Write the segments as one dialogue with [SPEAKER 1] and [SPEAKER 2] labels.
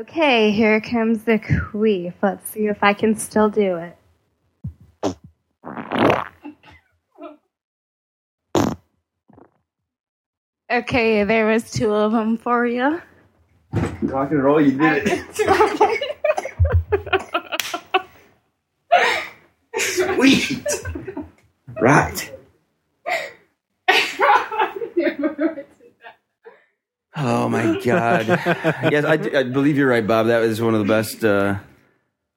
[SPEAKER 1] Okay, here comes the queef. Let's see if I can still do it. Okay, there was two of them for you.
[SPEAKER 2] Rock and roll, you did it. Sweet. Right. Oh my god. yes, I, I believe you're right, Bob. That was one of the best uh,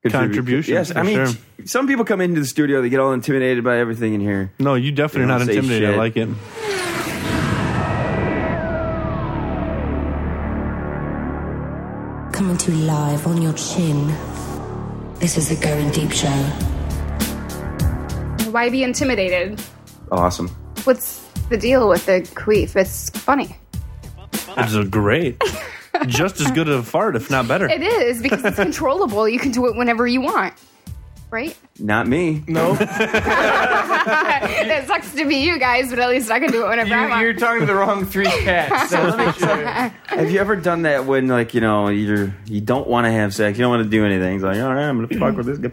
[SPEAKER 2] contribu-
[SPEAKER 3] Contributions,
[SPEAKER 2] Yes, I
[SPEAKER 3] for
[SPEAKER 2] mean,
[SPEAKER 3] sure.
[SPEAKER 2] some people come into the studio, they get all intimidated by everything in here.
[SPEAKER 3] No, you
[SPEAKER 2] They
[SPEAKER 3] definitely are
[SPEAKER 2] don't
[SPEAKER 3] not
[SPEAKER 2] say
[SPEAKER 3] intimidated. I
[SPEAKER 2] shit.
[SPEAKER 3] like it.
[SPEAKER 4] Coming to you live on your chin. This is the Going Deep Show.
[SPEAKER 1] Why be intimidated?
[SPEAKER 2] Awesome.
[SPEAKER 1] What's the deal with the queef? It's funny.
[SPEAKER 3] It's a great, just as good of a fart, if not better.
[SPEAKER 1] It is because it's controllable. You can do it whenever you want, right?
[SPEAKER 2] Not me.
[SPEAKER 5] No,
[SPEAKER 1] It sucks to be you guys, but at least I can do it whenever
[SPEAKER 5] you,
[SPEAKER 1] I want.
[SPEAKER 5] are talking to the wrong three cats. So let me show
[SPEAKER 2] Have you ever done that when, like, you know, you're you don't want to have sex, you don't want to do anything? It's like, all right, I'm gonna fuck with this guy.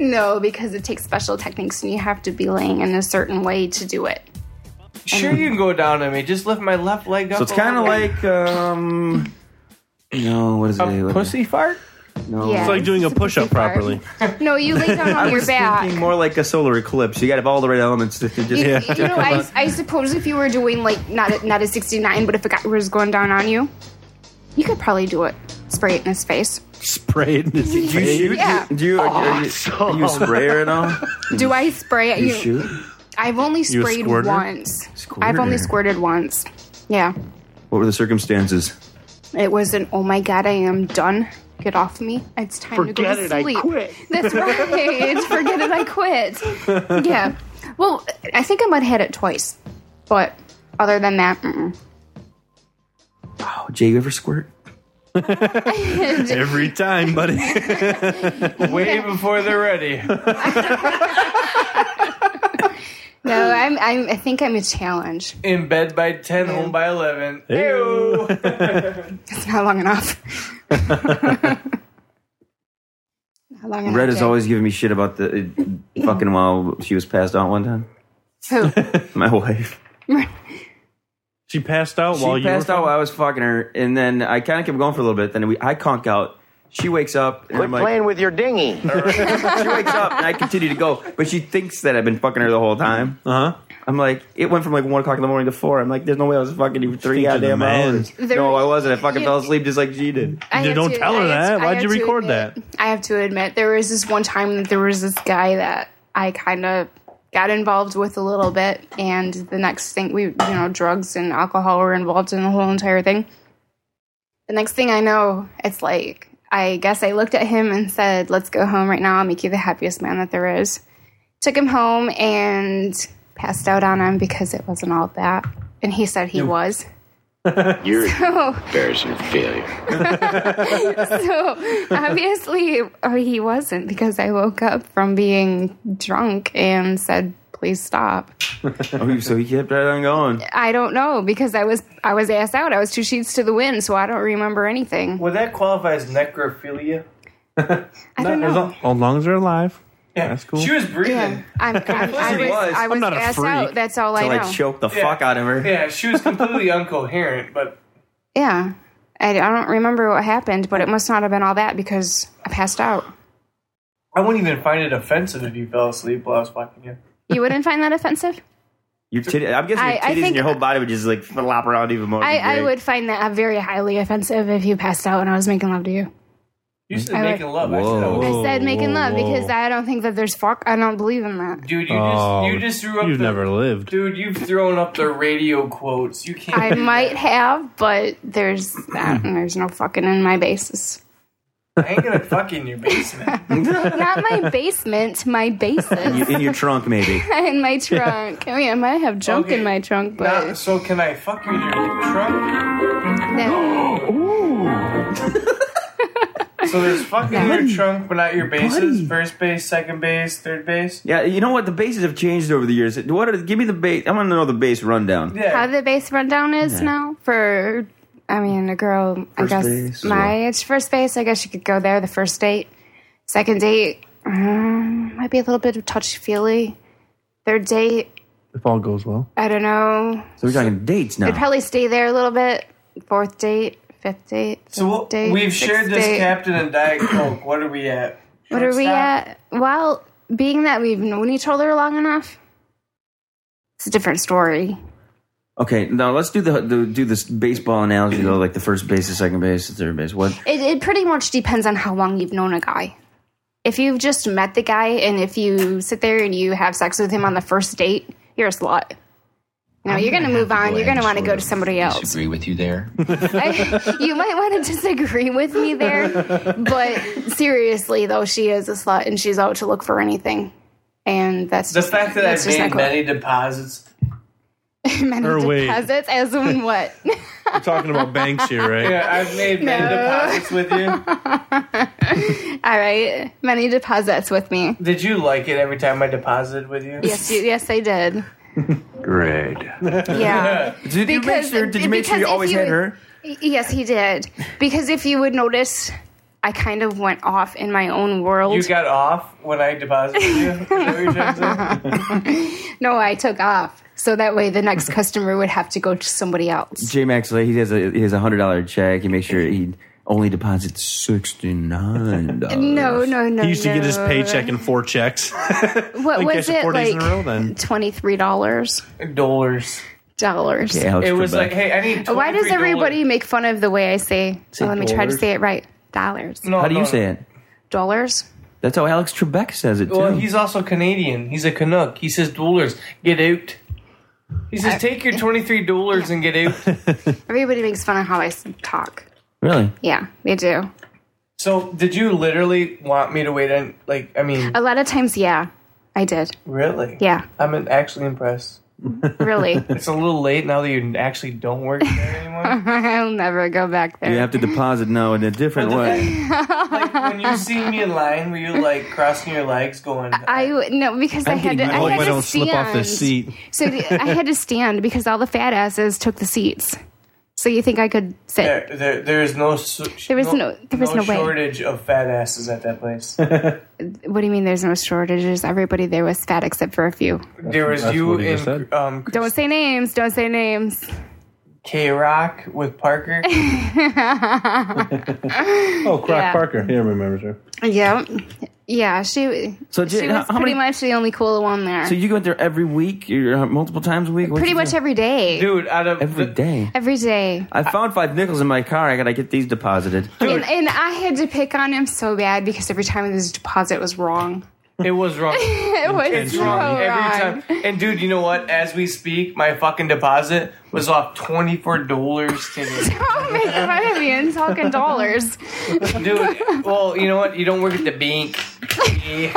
[SPEAKER 1] No, because it takes special techniques and you have to be laying in a certain way to do it.
[SPEAKER 5] you. Sure, you can go down on me. Just lift my left leg up.
[SPEAKER 2] So it's
[SPEAKER 5] a
[SPEAKER 2] kind of
[SPEAKER 5] little.
[SPEAKER 2] like, um, no, what is it?
[SPEAKER 5] a
[SPEAKER 2] What-
[SPEAKER 5] pussy fart.
[SPEAKER 2] No.
[SPEAKER 1] Yeah.
[SPEAKER 3] It's like doing a push-up
[SPEAKER 1] Fart.
[SPEAKER 3] properly.
[SPEAKER 1] No, you lay down on your back.
[SPEAKER 2] Thinking more like a solar eclipse. You got to have all the right elements to to just.
[SPEAKER 1] You, you know, I, I suppose if you were doing like not a, not a 69, but if a guy was going down on you, you could probably do it. Spray it in his face.
[SPEAKER 3] Spray it. in his
[SPEAKER 2] Do you
[SPEAKER 3] face.
[SPEAKER 2] shoot? Oh,
[SPEAKER 1] Yeah.
[SPEAKER 2] Do you, are you, are you, do you spray or no?
[SPEAKER 1] Do I spray it?
[SPEAKER 2] You shoot?
[SPEAKER 1] I've only
[SPEAKER 3] a
[SPEAKER 1] sprayed
[SPEAKER 3] squirter?
[SPEAKER 1] once. I've only squirted once. Yeah.
[SPEAKER 2] What were the circumstances?
[SPEAKER 1] It was an oh my god, I am done. Get off me. It's time
[SPEAKER 6] Forget
[SPEAKER 1] to go
[SPEAKER 6] it,
[SPEAKER 1] to
[SPEAKER 6] I
[SPEAKER 1] sleep.
[SPEAKER 6] quit.
[SPEAKER 1] That's right. It's Forget it, I quit. Yeah. Well, I think I might have had it twice, but other than that, mm-mm.
[SPEAKER 2] Oh, Jay, you ever squirt?
[SPEAKER 3] every time, buddy.
[SPEAKER 5] Way before they're ready.
[SPEAKER 1] no, I'm, I'm. I think I'm a challenge.
[SPEAKER 5] In bed by ten, home by eleven. Ew.
[SPEAKER 1] It's not long enough. not long enough.
[SPEAKER 2] Red has
[SPEAKER 1] Jay.
[SPEAKER 2] always given me shit about the uh, fucking while she was passed out one time.
[SPEAKER 1] Who?
[SPEAKER 2] My wife.
[SPEAKER 3] She passed out
[SPEAKER 2] She
[SPEAKER 3] while you
[SPEAKER 2] passed
[SPEAKER 3] were
[SPEAKER 2] out while I was fucking her, and then I kind of kept going for a little bit. Then we, I conk out. She wakes up, and
[SPEAKER 6] Quit
[SPEAKER 2] I'm like,
[SPEAKER 6] playing with your dinghy.
[SPEAKER 2] she wakes up, and I continue to go. But she thinks that I've been fucking her the whole time.
[SPEAKER 3] Uh huh.
[SPEAKER 2] I'm like, it went from like one o'clock in the morning to four. I'm like, there's no way I was fucking you for three
[SPEAKER 3] Think you're the
[SPEAKER 2] goddamn
[SPEAKER 3] man.
[SPEAKER 2] hours.
[SPEAKER 1] There-
[SPEAKER 2] no, I wasn't. I fucking
[SPEAKER 1] you-
[SPEAKER 2] fell asleep just like she did.
[SPEAKER 1] I
[SPEAKER 3] You
[SPEAKER 1] have
[SPEAKER 3] don't tell her
[SPEAKER 1] I have
[SPEAKER 3] that.
[SPEAKER 1] I
[SPEAKER 3] Why'd you
[SPEAKER 1] have to
[SPEAKER 3] record
[SPEAKER 1] admit-
[SPEAKER 3] that?
[SPEAKER 1] I have to admit, there was this one time that there was this guy that I kind of got involved with a little bit, and the next thing we, you know, drugs and alcohol were involved in the whole entire thing. The next thing I know, it's like I guess I looked at him and said, "Let's go home right now. I'll make you the happiest man that there is." Took him home and passed out on him because it wasn't all that, and he said he was.
[SPEAKER 7] You're an embarrassing failure.
[SPEAKER 1] So obviously uh, he wasn't because I woke up from being drunk and said, "Please stop."
[SPEAKER 2] Oh, so he kept right on going.
[SPEAKER 1] I don't know because I was I was ass out. I was two sheets to the wind, so I don't remember anything.
[SPEAKER 5] Would that qualify as necrophilia?
[SPEAKER 1] I don't
[SPEAKER 3] As
[SPEAKER 1] know.
[SPEAKER 3] long, as long as they're alive.
[SPEAKER 5] Yeah,
[SPEAKER 3] That's cool.
[SPEAKER 5] She was breathing.
[SPEAKER 1] I'm, I'm, I
[SPEAKER 2] She
[SPEAKER 1] was,
[SPEAKER 2] was.
[SPEAKER 1] I
[SPEAKER 2] I'm
[SPEAKER 1] was
[SPEAKER 3] not a
[SPEAKER 1] ass
[SPEAKER 3] freak.
[SPEAKER 1] out. That's all
[SPEAKER 2] So
[SPEAKER 1] I
[SPEAKER 2] I
[SPEAKER 1] know.
[SPEAKER 2] choked the fuck out of her.
[SPEAKER 5] Yeah, she was completely incoherent, but
[SPEAKER 1] yeah, I, I don't remember what happened, but it must not have been all that because I passed out.
[SPEAKER 5] I wouldn't even find it offensive if you fell asleep while I was fucking you.
[SPEAKER 1] You wouldn't find that offensive?
[SPEAKER 2] Your titty, I'm guessing
[SPEAKER 1] I-
[SPEAKER 2] your
[SPEAKER 1] I
[SPEAKER 2] titties and
[SPEAKER 1] think-
[SPEAKER 2] your whole body would just like flop around even more.
[SPEAKER 1] I,
[SPEAKER 2] It'd be
[SPEAKER 1] I
[SPEAKER 2] great.
[SPEAKER 1] would find that very highly offensive if you passed out when I was making love to you.
[SPEAKER 5] You said
[SPEAKER 1] I would-
[SPEAKER 5] making love. I said,
[SPEAKER 3] Whoa.
[SPEAKER 5] oh,
[SPEAKER 1] I said making
[SPEAKER 3] whoa,
[SPEAKER 1] love
[SPEAKER 3] whoa.
[SPEAKER 1] because I don't think that there's fuck. I don't believe in that.
[SPEAKER 5] dude, you
[SPEAKER 3] Oh,
[SPEAKER 5] just you just threw up.
[SPEAKER 3] You've
[SPEAKER 5] the,
[SPEAKER 3] never lived.
[SPEAKER 5] Dude, you've thrown up the radio quotes. You can't.
[SPEAKER 1] I might have, but there's that, and there's no fucking in my basis.
[SPEAKER 5] I ain't gonna fuck in your basement.
[SPEAKER 1] Not my basement, my basis
[SPEAKER 2] You- in your trunk, maybe.
[SPEAKER 1] in my trunk. I mean, I might have junk
[SPEAKER 5] Okay.
[SPEAKER 1] in my trunk, but
[SPEAKER 5] Not- so can I fuck you in your trunk?
[SPEAKER 1] that-
[SPEAKER 5] So there's fucking your trunk, but not your bases. First base, second base, third base.
[SPEAKER 2] Yeah, you know what? The bases have changed over the years. What? Are, give me the base. I want to know the base rundown.
[SPEAKER 5] Yeah.
[SPEAKER 1] how the base rundown is now for I mean, a girl, I
[SPEAKER 2] First
[SPEAKER 1] guess
[SPEAKER 2] base as
[SPEAKER 1] my it's first base. I guess you could go there the first date. Second date um, might be a little bit of touchy feely. Third date,
[SPEAKER 3] If all goes well.
[SPEAKER 1] I don't know.
[SPEAKER 2] So we're talking dates now.
[SPEAKER 1] I'd probably stay there a little bit. Fourth date, fifth date.
[SPEAKER 5] So we'll,
[SPEAKER 1] sixth date,
[SPEAKER 5] we've
[SPEAKER 1] sixth
[SPEAKER 5] shared this
[SPEAKER 1] date.
[SPEAKER 5] Captain and Diet Coke. What are we at?
[SPEAKER 1] What are we
[SPEAKER 5] Shortstop?
[SPEAKER 1] at? Well, being that we've known each other long enough, it's a different story.
[SPEAKER 2] okay, now let's do the, the do this baseball analogy though, like the first base, the second base, the third base. What?
[SPEAKER 1] It, it pretty much depends on how long you've known a guy. If you've just met the guy and if you sit there and you have sex with him on the first date, you're a slut. No, you're going to move on. You're going to want to go to somebody else.
[SPEAKER 7] Disagree with you there.
[SPEAKER 1] I, you might want to disagree with me there, but seriously, though, she is a slut and she's out to look for anything. And that's
[SPEAKER 5] The
[SPEAKER 1] just,
[SPEAKER 5] fact that
[SPEAKER 1] that's
[SPEAKER 5] I've
[SPEAKER 1] just
[SPEAKER 5] made
[SPEAKER 1] not
[SPEAKER 5] many deposits.
[SPEAKER 1] cool. many
[SPEAKER 3] Or wait.
[SPEAKER 1] deposits as in what?
[SPEAKER 3] We're talking about banks here, right?
[SPEAKER 5] Yeah, I've made many deposits with you.
[SPEAKER 1] All right, many deposits with me.
[SPEAKER 5] Did you like it every time I deposited with you?
[SPEAKER 1] Yes, you, yes, I did.
[SPEAKER 7] Great.
[SPEAKER 1] Yeah.
[SPEAKER 2] Did you make
[SPEAKER 1] Because-
[SPEAKER 2] sure? Did you make sure you
[SPEAKER 1] because if
[SPEAKER 2] always
[SPEAKER 1] you-
[SPEAKER 2] had her?
[SPEAKER 1] Yes, he did. Because if you would notice, I kind of went off in my own world.
[SPEAKER 5] You got off when I deposited you? Is that what you're trying to say?
[SPEAKER 1] no, I took off. So that way the next customer would have to go to somebody else.
[SPEAKER 2] J Max, he has a he has a hundred dollar check. He makes sure he only deposits sixty nine dollars.
[SPEAKER 1] No, no, no.
[SPEAKER 3] Oh, He used to get his
[SPEAKER 1] no.
[SPEAKER 3] paycheck in four checks.
[SPEAKER 1] What
[SPEAKER 3] Like,
[SPEAKER 1] was
[SPEAKER 3] guess
[SPEAKER 1] it
[SPEAKER 3] four days in
[SPEAKER 1] like?
[SPEAKER 3] a row then.
[SPEAKER 1] Twenty-three dollars.
[SPEAKER 5] Dollars.
[SPEAKER 1] Dollars.
[SPEAKER 5] It was like, hey, I need.
[SPEAKER 1] Why does
[SPEAKER 5] $23.
[SPEAKER 1] everybody make fun of the way I say?
[SPEAKER 3] Say
[SPEAKER 1] well, let me try to
[SPEAKER 3] dollars.
[SPEAKER 1] say it right. Dollars.
[SPEAKER 5] No,
[SPEAKER 2] how do
[SPEAKER 5] no,
[SPEAKER 2] you
[SPEAKER 5] no.
[SPEAKER 2] say it?
[SPEAKER 1] Dollars.
[SPEAKER 2] That's how Alex Trebek says it too.
[SPEAKER 5] Well, he's also Canadian. He's a Canuck. He says dollars. Get out. He says, take your twenty-three dollars and get out.
[SPEAKER 1] Everybody makes fun of how I s- talk.
[SPEAKER 2] really?
[SPEAKER 1] Yeah, they do.
[SPEAKER 5] So, did you literally want me to wait? On like, I mean,
[SPEAKER 1] A lot of times, yeah, I did.
[SPEAKER 5] really?
[SPEAKER 1] Uh, Yeah,
[SPEAKER 5] I'm actually impressed.
[SPEAKER 1] really.
[SPEAKER 5] It's a little late now that you actually don't work there anymore.
[SPEAKER 1] I'll never go back there.
[SPEAKER 2] You have to deposit now in a different way.
[SPEAKER 5] like when you see me in line, were you like crossing your legs, going?
[SPEAKER 1] I no because i
[SPEAKER 2] I'm
[SPEAKER 1] had to.
[SPEAKER 2] getting
[SPEAKER 1] I
[SPEAKER 2] mad
[SPEAKER 1] had
[SPEAKER 2] if
[SPEAKER 3] I
[SPEAKER 1] to
[SPEAKER 3] don't
[SPEAKER 1] stand.
[SPEAKER 3] slip off this seat.
[SPEAKER 1] So the- I had to stand because all the fat asses took the seats. So you think I could sit?
[SPEAKER 5] There, there, there is no. s-
[SPEAKER 1] There was no- there was no way.
[SPEAKER 5] shortage of fat asses at that place.
[SPEAKER 1] What do you mean? There's no shortages. Everybody there was fat except for a few.
[SPEAKER 5] There was
[SPEAKER 3] That's
[SPEAKER 5] you
[SPEAKER 3] what he just
[SPEAKER 5] in
[SPEAKER 3] said.
[SPEAKER 5] um,
[SPEAKER 1] Don't say names. Don't say names.
[SPEAKER 5] K Rock with Parker.
[SPEAKER 3] Oh, Croc
[SPEAKER 1] Yeah.
[SPEAKER 3] Parker. He remembers her.
[SPEAKER 1] Yeah, yeah. She.
[SPEAKER 2] So,
[SPEAKER 1] she
[SPEAKER 2] Jen,
[SPEAKER 1] was
[SPEAKER 2] how- how
[SPEAKER 1] pretty
[SPEAKER 2] many-
[SPEAKER 1] much the only cool one there.
[SPEAKER 2] So you go out there every week, or uh, multiple times a week. What
[SPEAKER 1] pretty
[SPEAKER 2] you
[SPEAKER 1] much
[SPEAKER 2] do?
[SPEAKER 1] every day.
[SPEAKER 5] Dude, out of
[SPEAKER 2] every
[SPEAKER 5] the-
[SPEAKER 2] day.
[SPEAKER 1] Every day.
[SPEAKER 2] I found five nickels in my car. I gotta get these deposited.
[SPEAKER 1] And, and I had to pick on him so bad because every time his deposit was wrong.
[SPEAKER 5] it was wrong.
[SPEAKER 1] It was so wrong.
[SPEAKER 5] Every time. And dude, you know what? As we speak, my fucking deposit was off twenty four dollars to me.
[SPEAKER 1] Don't make fun of me and talking dollars.
[SPEAKER 5] Dude, well, you know what? You don't work at the bank. Yeah.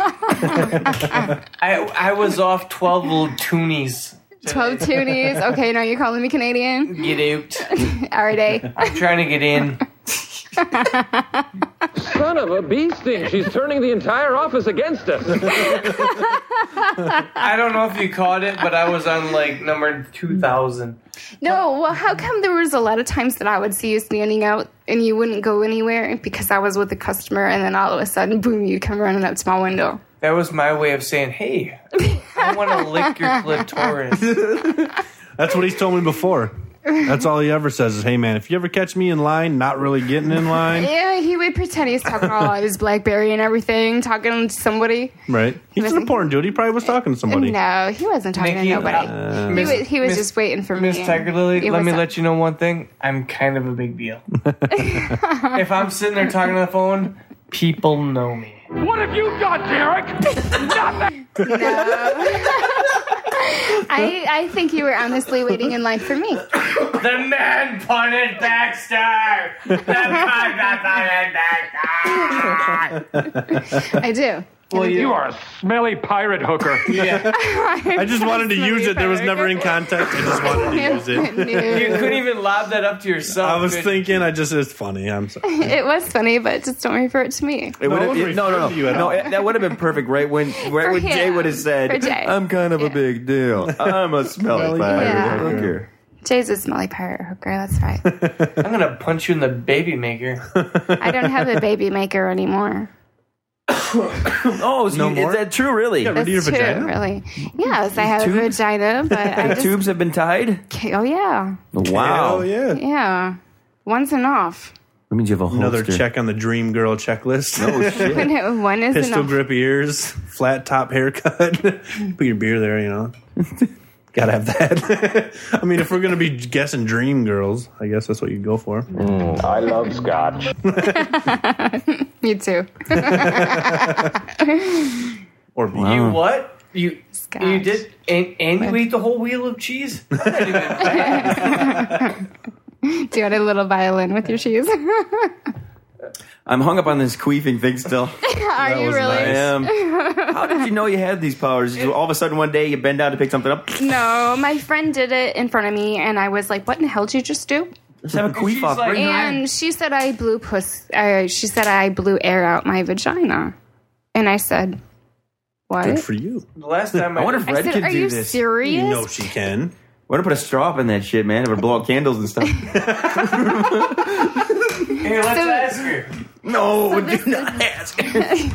[SPEAKER 5] I I was off twelve little toonies.
[SPEAKER 1] 12 toonies. Okay, now you're calling me Canadian.
[SPEAKER 5] Get out.
[SPEAKER 1] Every day.
[SPEAKER 5] I'm trying to get in.
[SPEAKER 6] son of a bee sting. She's turning the entire office against us.
[SPEAKER 5] I don't know if you caught it, but I was on like number two thousand.
[SPEAKER 1] No, well, how come there was a lot of times that I would see you standing out and you wouldn't go anywhere because I was with the customer and then all of a sudden, boom, you'd come running up to my window.
[SPEAKER 5] That was my way of saying, "Hey, I want to lick your clitoris."
[SPEAKER 3] That's what he's told me before. That's all he ever says is, "Hey man, if you ever catch me in line, not really getting in line,
[SPEAKER 1] Yeah, he would pretend he's talking all his Blackberry and everything, talking to somebody.
[SPEAKER 3] right? He's an important dude. He probably was talking to somebody.
[SPEAKER 1] No, he wasn't talking
[SPEAKER 5] Nikki,
[SPEAKER 1] to nobody.
[SPEAKER 5] uh,
[SPEAKER 1] he was, he was just waiting for
[SPEAKER 5] Miss
[SPEAKER 1] me.
[SPEAKER 5] Tiger Lily,
[SPEAKER 1] It
[SPEAKER 5] let
[SPEAKER 1] was
[SPEAKER 5] me
[SPEAKER 1] a-
[SPEAKER 5] let you know one thing. I'm kind of a big deal. if I'm sitting there talking on the phone, people know me.
[SPEAKER 6] what have you got, Derek?
[SPEAKER 1] I, I think you were honestly waiting in line for me.
[SPEAKER 5] The man punted Baxter. The man punted Baxter.
[SPEAKER 1] I do.
[SPEAKER 5] Well, you
[SPEAKER 6] are a smelly pirate hooker.
[SPEAKER 3] I just wanted to use it. There was never in context. I just wanted to use it.
[SPEAKER 5] You
[SPEAKER 1] it.
[SPEAKER 5] couldn't even lob that up to yourself.
[SPEAKER 3] I was
[SPEAKER 5] could-
[SPEAKER 3] thinking. I just it's funny. I'm sorry.
[SPEAKER 1] was funny, but just don't refer it to me.
[SPEAKER 2] It would've-
[SPEAKER 3] it wouldn't
[SPEAKER 2] no, no,
[SPEAKER 3] refer to you
[SPEAKER 2] no,
[SPEAKER 3] at
[SPEAKER 2] no.
[SPEAKER 3] all.
[SPEAKER 2] it- That would have been perfect, right when right
[SPEAKER 1] For
[SPEAKER 2] when Jay
[SPEAKER 1] him.
[SPEAKER 2] would have said,
[SPEAKER 1] For Jay.
[SPEAKER 2] "I'm kind of
[SPEAKER 1] Yeah.
[SPEAKER 2] a big deal. I'm a smelly
[SPEAKER 3] Smelly
[SPEAKER 2] fire.
[SPEAKER 1] Yeah.
[SPEAKER 2] I don't care."
[SPEAKER 1] Jay's a smelly pirate hooker. That's right.
[SPEAKER 5] I'm gonna punch you in the baby maker.
[SPEAKER 1] I don't have a baby maker anymore.
[SPEAKER 2] Oh, so
[SPEAKER 3] No
[SPEAKER 2] you-
[SPEAKER 3] more?
[SPEAKER 2] is that true? Really?
[SPEAKER 3] Yeah,
[SPEAKER 1] That's
[SPEAKER 3] your
[SPEAKER 1] true,
[SPEAKER 3] vagina?
[SPEAKER 1] really. Yes, I have a
[SPEAKER 2] Tubes?
[SPEAKER 1] vagina, but I just
[SPEAKER 2] Tubes have been tied.
[SPEAKER 1] ca- oh yeah,
[SPEAKER 2] Wow,
[SPEAKER 3] Hell yeah.
[SPEAKER 1] yeah, once enough.
[SPEAKER 2] that means you have a
[SPEAKER 3] Another
[SPEAKER 2] holster.
[SPEAKER 3] check on the dream girl checklist.
[SPEAKER 1] One is
[SPEAKER 3] Pistol
[SPEAKER 1] enough.
[SPEAKER 3] grip ears, flat top haircut. Put your beer there, you know. Gotta have that. I mean, if we're gonna be guessing dream girls, I guess that's what you'd go for.
[SPEAKER 8] I love scotch.
[SPEAKER 1] You too.
[SPEAKER 3] Or me.
[SPEAKER 2] Uh-huh.
[SPEAKER 5] You what? You
[SPEAKER 1] Scotch.
[SPEAKER 5] you did and, and you ate the whole wheel of cheese? I didn't even plan.
[SPEAKER 1] Doing a little violin with your shoes.
[SPEAKER 2] I'm hung up on this queefing thing still.
[SPEAKER 1] Are you
[SPEAKER 3] was
[SPEAKER 2] I
[SPEAKER 1] really?
[SPEAKER 2] am. How did you know you had these powers? You- All of a sudden, one day you bend down to pick something up.
[SPEAKER 1] No, my friend did it in front of me, and I was like, "What in the hell did you just do?"
[SPEAKER 2] Just have a queef
[SPEAKER 5] She's
[SPEAKER 2] off.
[SPEAKER 5] like-
[SPEAKER 2] Bring her in.
[SPEAKER 1] And she said I blew puss. Uh, she said I blew air out my vagina, and I said, "What?"
[SPEAKER 3] Good for you.
[SPEAKER 5] The last time I,
[SPEAKER 2] I wonder if
[SPEAKER 1] I
[SPEAKER 2] Red
[SPEAKER 1] said,
[SPEAKER 2] could
[SPEAKER 1] "Are
[SPEAKER 2] do
[SPEAKER 1] you
[SPEAKER 2] this.
[SPEAKER 1] serious?"
[SPEAKER 3] You know she can.
[SPEAKER 2] Why don't I put a straw up in that shit, man? It would blow out candles and stuff.
[SPEAKER 5] here, let's ask her.
[SPEAKER 2] no,
[SPEAKER 1] this
[SPEAKER 2] do not ask.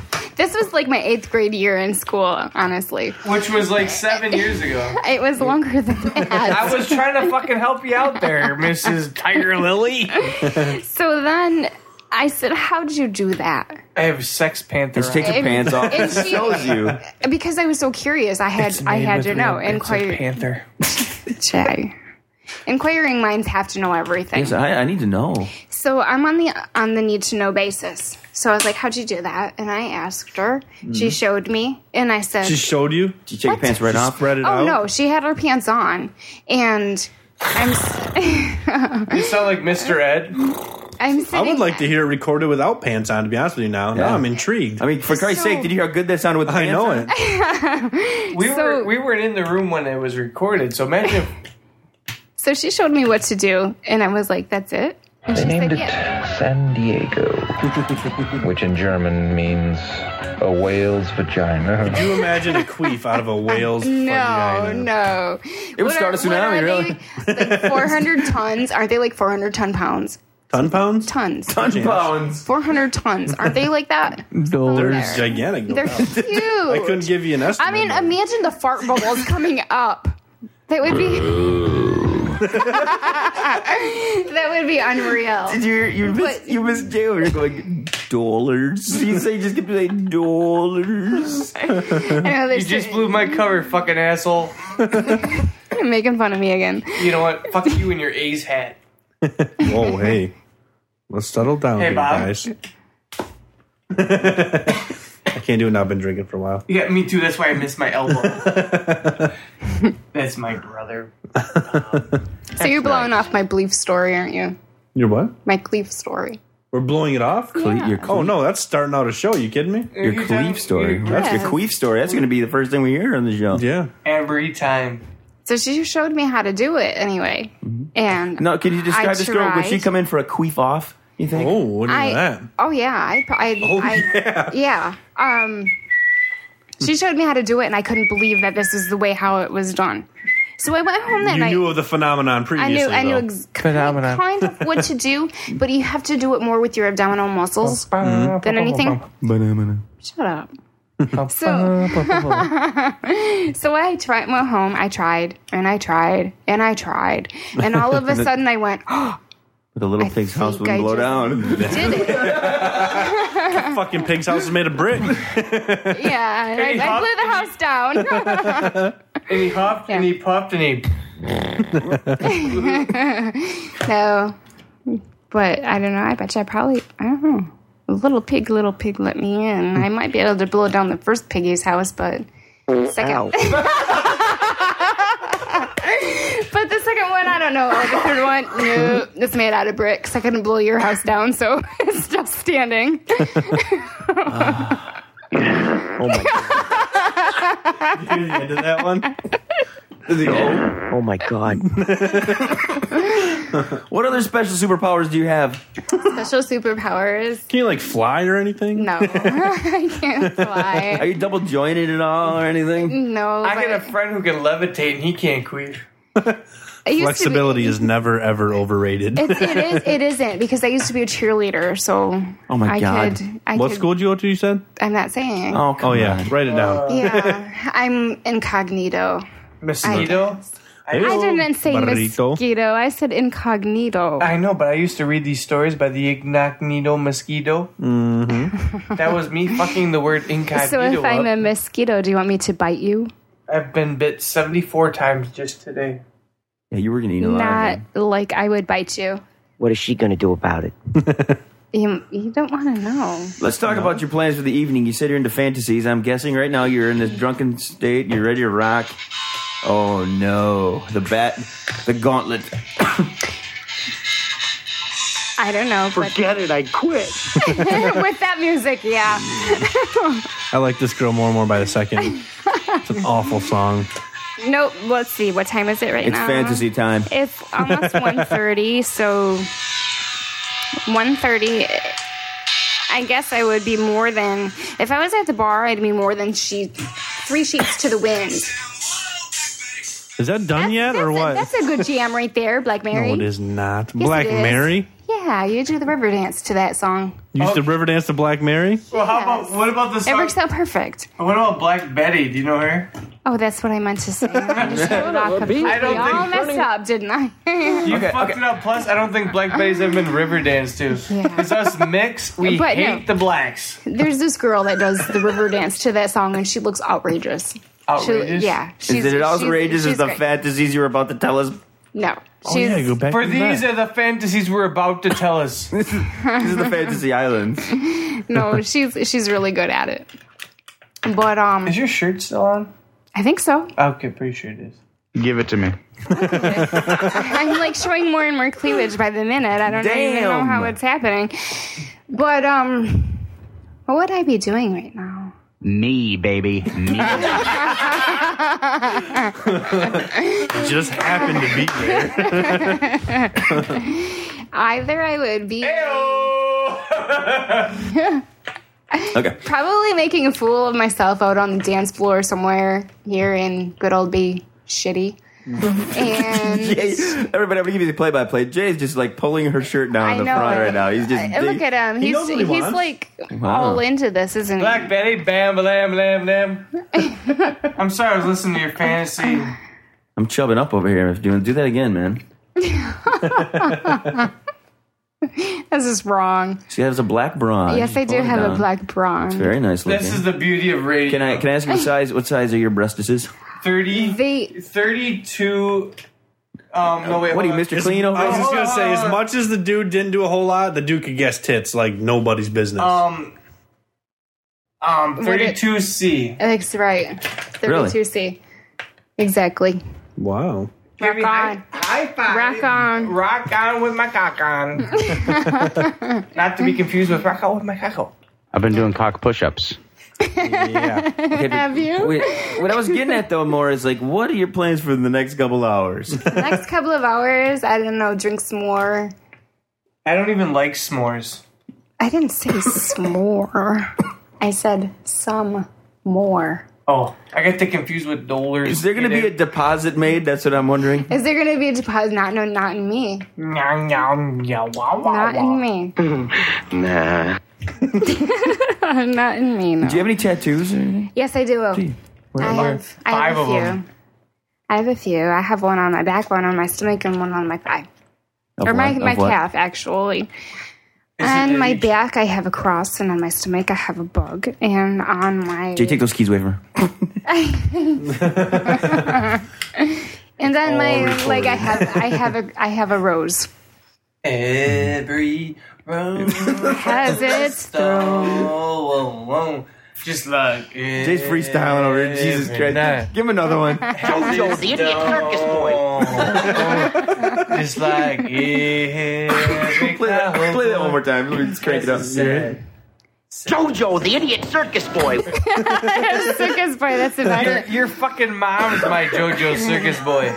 [SPEAKER 1] This was like my eighth grade year in school. Honestly,
[SPEAKER 5] Which was like seven years ago.
[SPEAKER 1] it was longer than that.
[SPEAKER 5] I was trying to fucking help you out there, Mrs. Tiger Lily.
[SPEAKER 1] so then I said, "How'd you do that?"
[SPEAKER 5] I have Sex Panther.
[SPEAKER 2] Just take
[SPEAKER 5] on.
[SPEAKER 2] your
[SPEAKER 1] It-
[SPEAKER 2] pants off.
[SPEAKER 1] it-
[SPEAKER 2] It shows you.
[SPEAKER 1] Because I was so curious, I had I had to know.
[SPEAKER 5] It's a
[SPEAKER 1] Inquire,
[SPEAKER 5] panther.
[SPEAKER 1] Jay. Inquiring minds have to know everything.
[SPEAKER 2] Yes, I, I need to know.
[SPEAKER 1] So I'm on the on the need to know basis. So I was like, "How'd you do that?" And I asked her. She showed me, and I said,
[SPEAKER 3] Mm-hmm. She showed you.
[SPEAKER 2] Did you take your pants right
[SPEAKER 3] She
[SPEAKER 2] off?
[SPEAKER 3] spread it
[SPEAKER 1] "Oh
[SPEAKER 3] out.
[SPEAKER 1] no, she had her pants on." And I'm s-
[SPEAKER 5] You sound like Mr. Ed.
[SPEAKER 1] I'm
[SPEAKER 3] I
[SPEAKER 1] sitting.
[SPEAKER 3] would like to hear it recorded without pants on. To be honest with you, now, now
[SPEAKER 2] Yeah.
[SPEAKER 3] I'm intrigued.
[SPEAKER 2] I mean, for Christ's
[SPEAKER 1] So-
[SPEAKER 2] sake, did you hear how good that sounded with the
[SPEAKER 3] I
[SPEAKER 2] pants
[SPEAKER 3] know
[SPEAKER 2] on?
[SPEAKER 3] it.
[SPEAKER 5] We
[SPEAKER 1] So-
[SPEAKER 5] were we weren't in the room when it was recorded, so imagine if
[SPEAKER 1] So she showed me what to do, and I was like, "That's it." And
[SPEAKER 7] They
[SPEAKER 1] she
[SPEAKER 7] named
[SPEAKER 1] said,
[SPEAKER 7] it
[SPEAKER 1] "Yeah."
[SPEAKER 7] San Diego, which in German means a whale's vagina.
[SPEAKER 3] Can you imagine a queef out of a whale's
[SPEAKER 1] No,
[SPEAKER 3] vagina?
[SPEAKER 1] no. It
[SPEAKER 2] would start a tsunami, really.
[SPEAKER 1] Like 400 tons. Aren't they like 400 ton pounds?
[SPEAKER 3] Ton pounds?
[SPEAKER 1] Tons.
[SPEAKER 2] Pounds.
[SPEAKER 1] 400 tons. Aren't they like that?
[SPEAKER 3] There's gigantic. no
[SPEAKER 1] They're
[SPEAKER 3] doubt.
[SPEAKER 1] huge.
[SPEAKER 3] I couldn't give you an estimate.
[SPEAKER 1] I mean, imagine the fart bubbles coming up. That would be. that would be unreal.
[SPEAKER 2] You you miss
[SPEAKER 1] But-
[SPEAKER 2] you miss Jay over here going dollars. You say just keep saying dollars.
[SPEAKER 1] I know they're
[SPEAKER 5] you just
[SPEAKER 1] sitting-
[SPEAKER 5] blew my cover, fucking asshole.
[SPEAKER 1] making fun of me again.
[SPEAKER 5] You know what? Fuck you and your A's hat.
[SPEAKER 3] Whoa, hey. Let's settle down
[SPEAKER 5] Hey,
[SPEAKER 3] here,
[SPEAKER 5] Bob.
[SPEAKER 3] guys. I can't do it now. I've been drinking for a while.
[SPEAKER 5] Yeah, me too. That's why I missed my elbow. That's my brother.
[SPEAKER 1] So you're blowing off my belief story, aren't you?
[SPEAKER 3] You're what?
[SPEAKER 1] My belief story.
[SPEAKER 3] We're blowing it off?
[SPEAKER 2] Your
[SPEAKER 3] Oh, no, that's starting out a show. You kidding me?
[SPEAKER 2] Your
[SPEAKER 5] You don't-
[SPEAKER 2] queef story.
[SPEAKER 5] you-
[SPEAKER 2] That's your queef story. That's going to be the first thing we hear on the show.
[SPEAKER 3] Yeah.
[SPEAKER 5] Every time.
[SPEAKER 1] So she showed me how to do it anyway. And
[SPEAKER 2] No, can you describe
[SPEAKER 1] I
[SPEAKER 2] this girl? Would she
[SPEAKER 1] tried.
[SPEAKER 2] come in for a queef off? You think?
[SPEAKER 3] Oh, what do you
[SPEAKER 1] I,
[SPEAKER 3] know that?
[SPEAKER 1] Oh yeah, I, pro- I, I yeah. Um, she showed me how to do it, and I couldn't believe that this is the way how it was done. So I went home that
[SPEAKER 3] You
[SPEAKER 1] night.
[SPEAKER 3] knew of the phenomenon
[SPEAKER 1] I
[SPEAKER 3] previously.
[SPEAKER 1] knew, I knew
[SPEAKER 3] though.
[SPEAKER 1] ex- kind, kind of what to do, but you have to do it more with your abdominal muscles
[SPEAKER 5] Hmm?
[SPEAKER 1] than anything. Shut up. so, so I tried, went home. I tried and I tried and I tried, and all of a sudden I went, oh,
[SPEAKER 2] But the little
[SPEAKER 1] I
[SPEAKER 2] pig's house
[SPEAKER 1] think
[SPEAKER 2] would
[SPEAKER 1] I
[SPEAKER 2] blow
[SPEAKER 1] just-
[SPEAKER 2] down.
[SPEAKER 1] did it?
[SPEAKER 3] Fucking pig's house is made of brick.
[SPEAKER 1] Yeah, and I, I blew the house down.
[SPEAKER 5] And he huffed and he puffed and he.
[SPEAKER 1] So, but I don't know. I bet you I probably, I don't know. Little pig, little pig let me
[SPEAKER 3] Hmm.
[SPEAKER 1] in. I might be able to blow down the first piggy's house, but
[SPEAKER 3] Mm,
[SPEAKER 1] second. but the second one, I don't know. Or the third one, no, it's made out of bricks. I couldn't blow your house down, so it's still standing.
[SPEAKER 3] Oh, my God. you hear the end of that one? The- oh,
[SPEAKER 9] Oh my god.
[SPEAKER 2] What other special superpowers do you have?
[SPEAKER 1] Special superpowers.
[SPEAKER 3] Can you, like, fly or anything?
[SPEAKER 1] No, I can't
[SPEAKER 2] Are
[SPEAKER 1] fly.
[SPEAKER 2] you double jointed at all or anything?
[SPEAKER 1] No,
[SPEAKER 5] I got
[SPEAKER 1] but-
[SPEAKER 5] a friend who can levitate and he can't queef.
[SPEAKER 1] I used to be-
[SPEAKER 3] Flexibility is never ever overrated.
[SPEAKER 1] It's, it is. It isn't because I used to be a cheerleader, so
[SPEAKER 2] Oh my
[SPEAKER 1] I
[SPEAKER 2] God.
[SPEAKER 1] Could, I
[SPEAKER 3] what
[SPEAKER 1] could,
[SPEAKER 3] school did you go to? You said?
[SPEAKER 1] I'm not saying.
[SPEAKER 2] Oh, come
[SPEAKER 3] Oh yeah,
[SPEAKER 2] on.
[SPEAKER 3] write it down.
[SPEAKER 1] Yeah, I'm incognito.
[SPEAKER 5] Miss Nito?
[SPEAKER 1] I
[SPEAKER 3] Hello,
[SPEAKER 1] didn't say
[SPEAKER 3] burrito.
[SPEAKER 1] mosquito. I said incognito.
[SPEAKER 5] I know, but I used to read these stories by the incognito mosquito. Mm-hmm. that was me fucking the word incognito.
[SPEAKER 1] so if I'm a
[SPEAKER 5] up.
[SPEAKER 1] mosquito, do you want me to bite you?
[SPEAKER 5] I've been bit 74 times just today.
[SPEAKER 2] Yeah, you were gonna eat a lot.
[SPEAKER 1] Not like I would bite you.
[SPEAKER 9] What is she going to do about it?
[SPEAKER 1] You, you don't want to know.
[SPEAKER 2] Let's talk about your plans for the evening. You said you're into fantasies. I'm guessing right now you're in this drunken state. You're ready to rock. Oh no, the bat, the gauntlet.
[SPEAKER 1] I don't know. But
[SPEAKER 9] Forget it, I quit.
[SPEAKER 1] with that music, yeah.
[SPEAKER 3] I like this girl more and more by the second. it's an awful song.
[SPEAKER 1] Nope. Let's see. What time is it right
[SPEAKER 2] It's
[SPEAKER 1] now?
[SPEAKER 2] fantasy time.
[SPEAKER 1] It's almost 1.30, so 1.30, I guess I would be more than, if I was at the bar, I'd be more than she, three sheets to the wind.
[SPEAKER 3] Is that done yet
[SPEAKER 1] that's
[SPEAKER 3] or
[SPEAKER 1] a,
[SPEAKER 3] what?
[SPEAKER 1] That's a good jam right there, Black Mary.
[SPEAKER 3] no, it is not.
[SPEAKER 1] Yes,
[SPEAKER 3] Black
[SPEAKER 1] it is.
[SPEAKER 3] Mary.
[SPEAKER 1] Yeah, you do the river dance to that song.
[SPEAKER 3] Used to river dance to Black Mary.
[SPEAKER 5] Well, how
[SPEAKER 1] Yes.
[SPEAKER 5] about, what about the
[SPEAKER 1] It
[SPEAKER 5] song?
[SPEAKER 1] works out perfect.
[SPEAKER 5] What about Black Betty? Do you know her?
[SPEAKER 1] Oh, that's what I meant to say. I just threw it off completely.
[SPEAKER 5] I don't
[SPEAKER 1] all
[SPEAKER 5] think-
[SPEAKER 1] messed up, didn't I?
[SPEAKER 5] You fucked it up. Plus, I don't think Black Betty's ever been Riverdance to.
[SPEAKER 1] Yeah.
[SPEAKER 5] It's us mixed. We
[SPEAKER 1] But
[SPEAKER 5] hate
[SPEAKER 1] no.
[SPEAKER 5] the blacks.
[SPEAKER 1] There's this girl that does the river dance to that song, and she looks outrageous. She-
[SPEAKER 5] Outrageous?
[SPEAKER 1] yeah.
[SPEAKER 2] Is it
[SPEAKER 1] she's-
[SPEAKER 2] outrageous
[SPEAKER 1] she's
[SPEAKER 2] as the
[SPEAKER 1] great.
[SPEAKER 2] fantasies you were about to tell us?
[SPEAKER 1] No.
[SPEAKER 3] Oh yeah, go back.
[SPEAKER 5] For
[SPEAKER 3] to
[SPEAKER 5] these
[SPEAKER 3] that.
[SPEAKER 5] are the fantasies we're about to tell us.
[SPEAKER 2] This is the fantasy island.
[SPEAKER 1] no, she's she's really good at it. But um,
[SPEAKER 5] Is your shirt still on?
[SPEAKER 1] I think so.
[SPEAKER 5] Okay, pretty sure it is.
[SPEAKER 10] Give it to me.
[SPEAKER 1] I'm like showing more and more cleavage by the minute. I don't even know
[SPEAKER 2] Damn.
[SPEAKER 1] how it's happening. But um, what would I be doing right now?
[SPEAKER 10] Knee, baby. Knee.
[SPEAKER 3] just happened to be there.
[SPEAKER 1] Either I would be
[SPEAKER 2] Okay.
[SPEAKER 1] probably making a fool of myself out on the dance floor somewhere here in good old B shitty. and
[SPEAKER 2] Jay, everybody, I'm gonna give you the play-by-play. Jay's just like pulling her shirt down in
[SPEAKER 1] I
[SPEAKER 2] the
[SPEAKER 1] know.
[SPEAKER 2] front
[SPEAKER 1] it.
[SPEAKER 2] right now. He's just
[SPEAKER 1] I- look at him. He's
[SPEAKER 3] knows what he
[SPEAKER 1] he's
[SPEAKER 3] wants.
[SPEAKER 1] like all into this, isn't he?
[SPEAKER 5] Black Betty, bam, blam, blam, blam. I'm sorry, I was listening to your fantasy.
[SPEAKER 2] I'm chubbing up over here. If you want to do that again, man.
[SPEAKER 1] This is wrong.
[SPEAKER 2] She has a black bra.
[SPEAKER 1] Yes, I do have a black bra.
[SPEAKER 2] Very nice looking.
[SPEAKER 5] This is the beauty of radio.
[SPEAKER 2] can I can I ask you what size? What size are your breastises?
[SPEAKER 5] 30,
[SPEAKER 1] They
[SPEAKER 5] 32. Um, no, wait.
[SPEAKER 2] What are you,
[SPEAKER 5] hold
[SPEAKER 2] Mr. Clean over
[SPEAKER 3] I was
[SPEAKER 2] here?
[SPEAKER 3] just gonna say, as much as the dude didn't do a whole lot, the dude could guess tits like nobody's business.
[SPEAKER 5] on. Um, um,
[SPEAKER 1] Would it-
[SPEAKER 5] 32C.
[SPEAKER 1] That's right.
[SPEAKER 2] Really?
[SPEAKER 1] 32C. Exactly.
[SPEAKER 3] wow.
[SPEAKER 1] Rock on.
[SPEAKER 5] High five.
[SPEAKER 1] Rock on.
[SPEAKER 5] Rock on with my cock on. Not to be confused with rock on with my cock on.
[SPEAKER 10] I've been doing cock push-ups.
[SPEAKER 2] Okay, but-
[SPEAKER 1] Have you?
[SPEAKER 2] Wait, what I was getting at though more is like, what are your plans for the next couple hours?
[SPEAKER 1] Next couple of hours, I don't know, drink s'more.
[SPEAKER 5] I don't even like s'mores.
[SPEAKER 1] I didn't say s'more. I said some more.
[SPEAKER 5] Oh, I got that confused with dolars.
[SPEAKER 2] Is there going to be a deposit made? That's what I'm wondering.
[SPEAKER 1] Is there going to be a deposit? Not, no, not in me.
[SPEAKER 5] Nyah, nyah, nyah, wah, wah,
[SPEAKER 1] Not
[SPEAKER 5] wah.
[SPEAKER 1] in me.
[SPEAKER 8] Uh-huh.
[SPEAKER 1] nah. not in me, no.
[SPEAKER 2] Do you have any tattoos? Or anything?
[SPEAKER 1] Yes, I do. I have, I have
[SPEAKER 5] Five
[SPEAKER 1] a
[SPEAKER 5] of
[SPEAKER 1] few.
[SPEAKER 5] them.
[SPEAKER 1] I have a few. I have one on my back, one on my stomach, and one on my thigh.
[SPEAKER 2] Of
[SPEAKER 1] or my,
[SPEAKER 2] what?
[SPEAKER 1] my
[SPEAKER 2] Of what?
[SPEAKER 1] calf, actually. On my back, I have a cross, and on my stomach, I have a bug. And on my.
[SPEAKER 2] Jay, take those keys away from her.
[SPEAKER 1] And then
[SPEAKER 5] Oh,
[SPEAKER 1] my like I have I have a I have a rose.
[SPEAKER 2] Mm-hmm.
[SPEAKER 5] Every room
[SPEAKER 1] Has it?
[SPEAKER 5] alone. Just like
[SPEAKER 2] Jay's freestyling over here. Jesus Christ. Give him another one.
[SPEAKER 5] the idiot circus boy. Just like every
[SPEAKER 2] Play that, play that one more time. Let me just crank it up.
[SPEAKER 9] Jojo, the idiot circus boy.
[SPEAKER 1] Circus boy, that's about
[SPEAKER 5] Your,
[SPEAKER 1] it.
[SPEAKER 5] your fucking mom's my JoJo circus boy.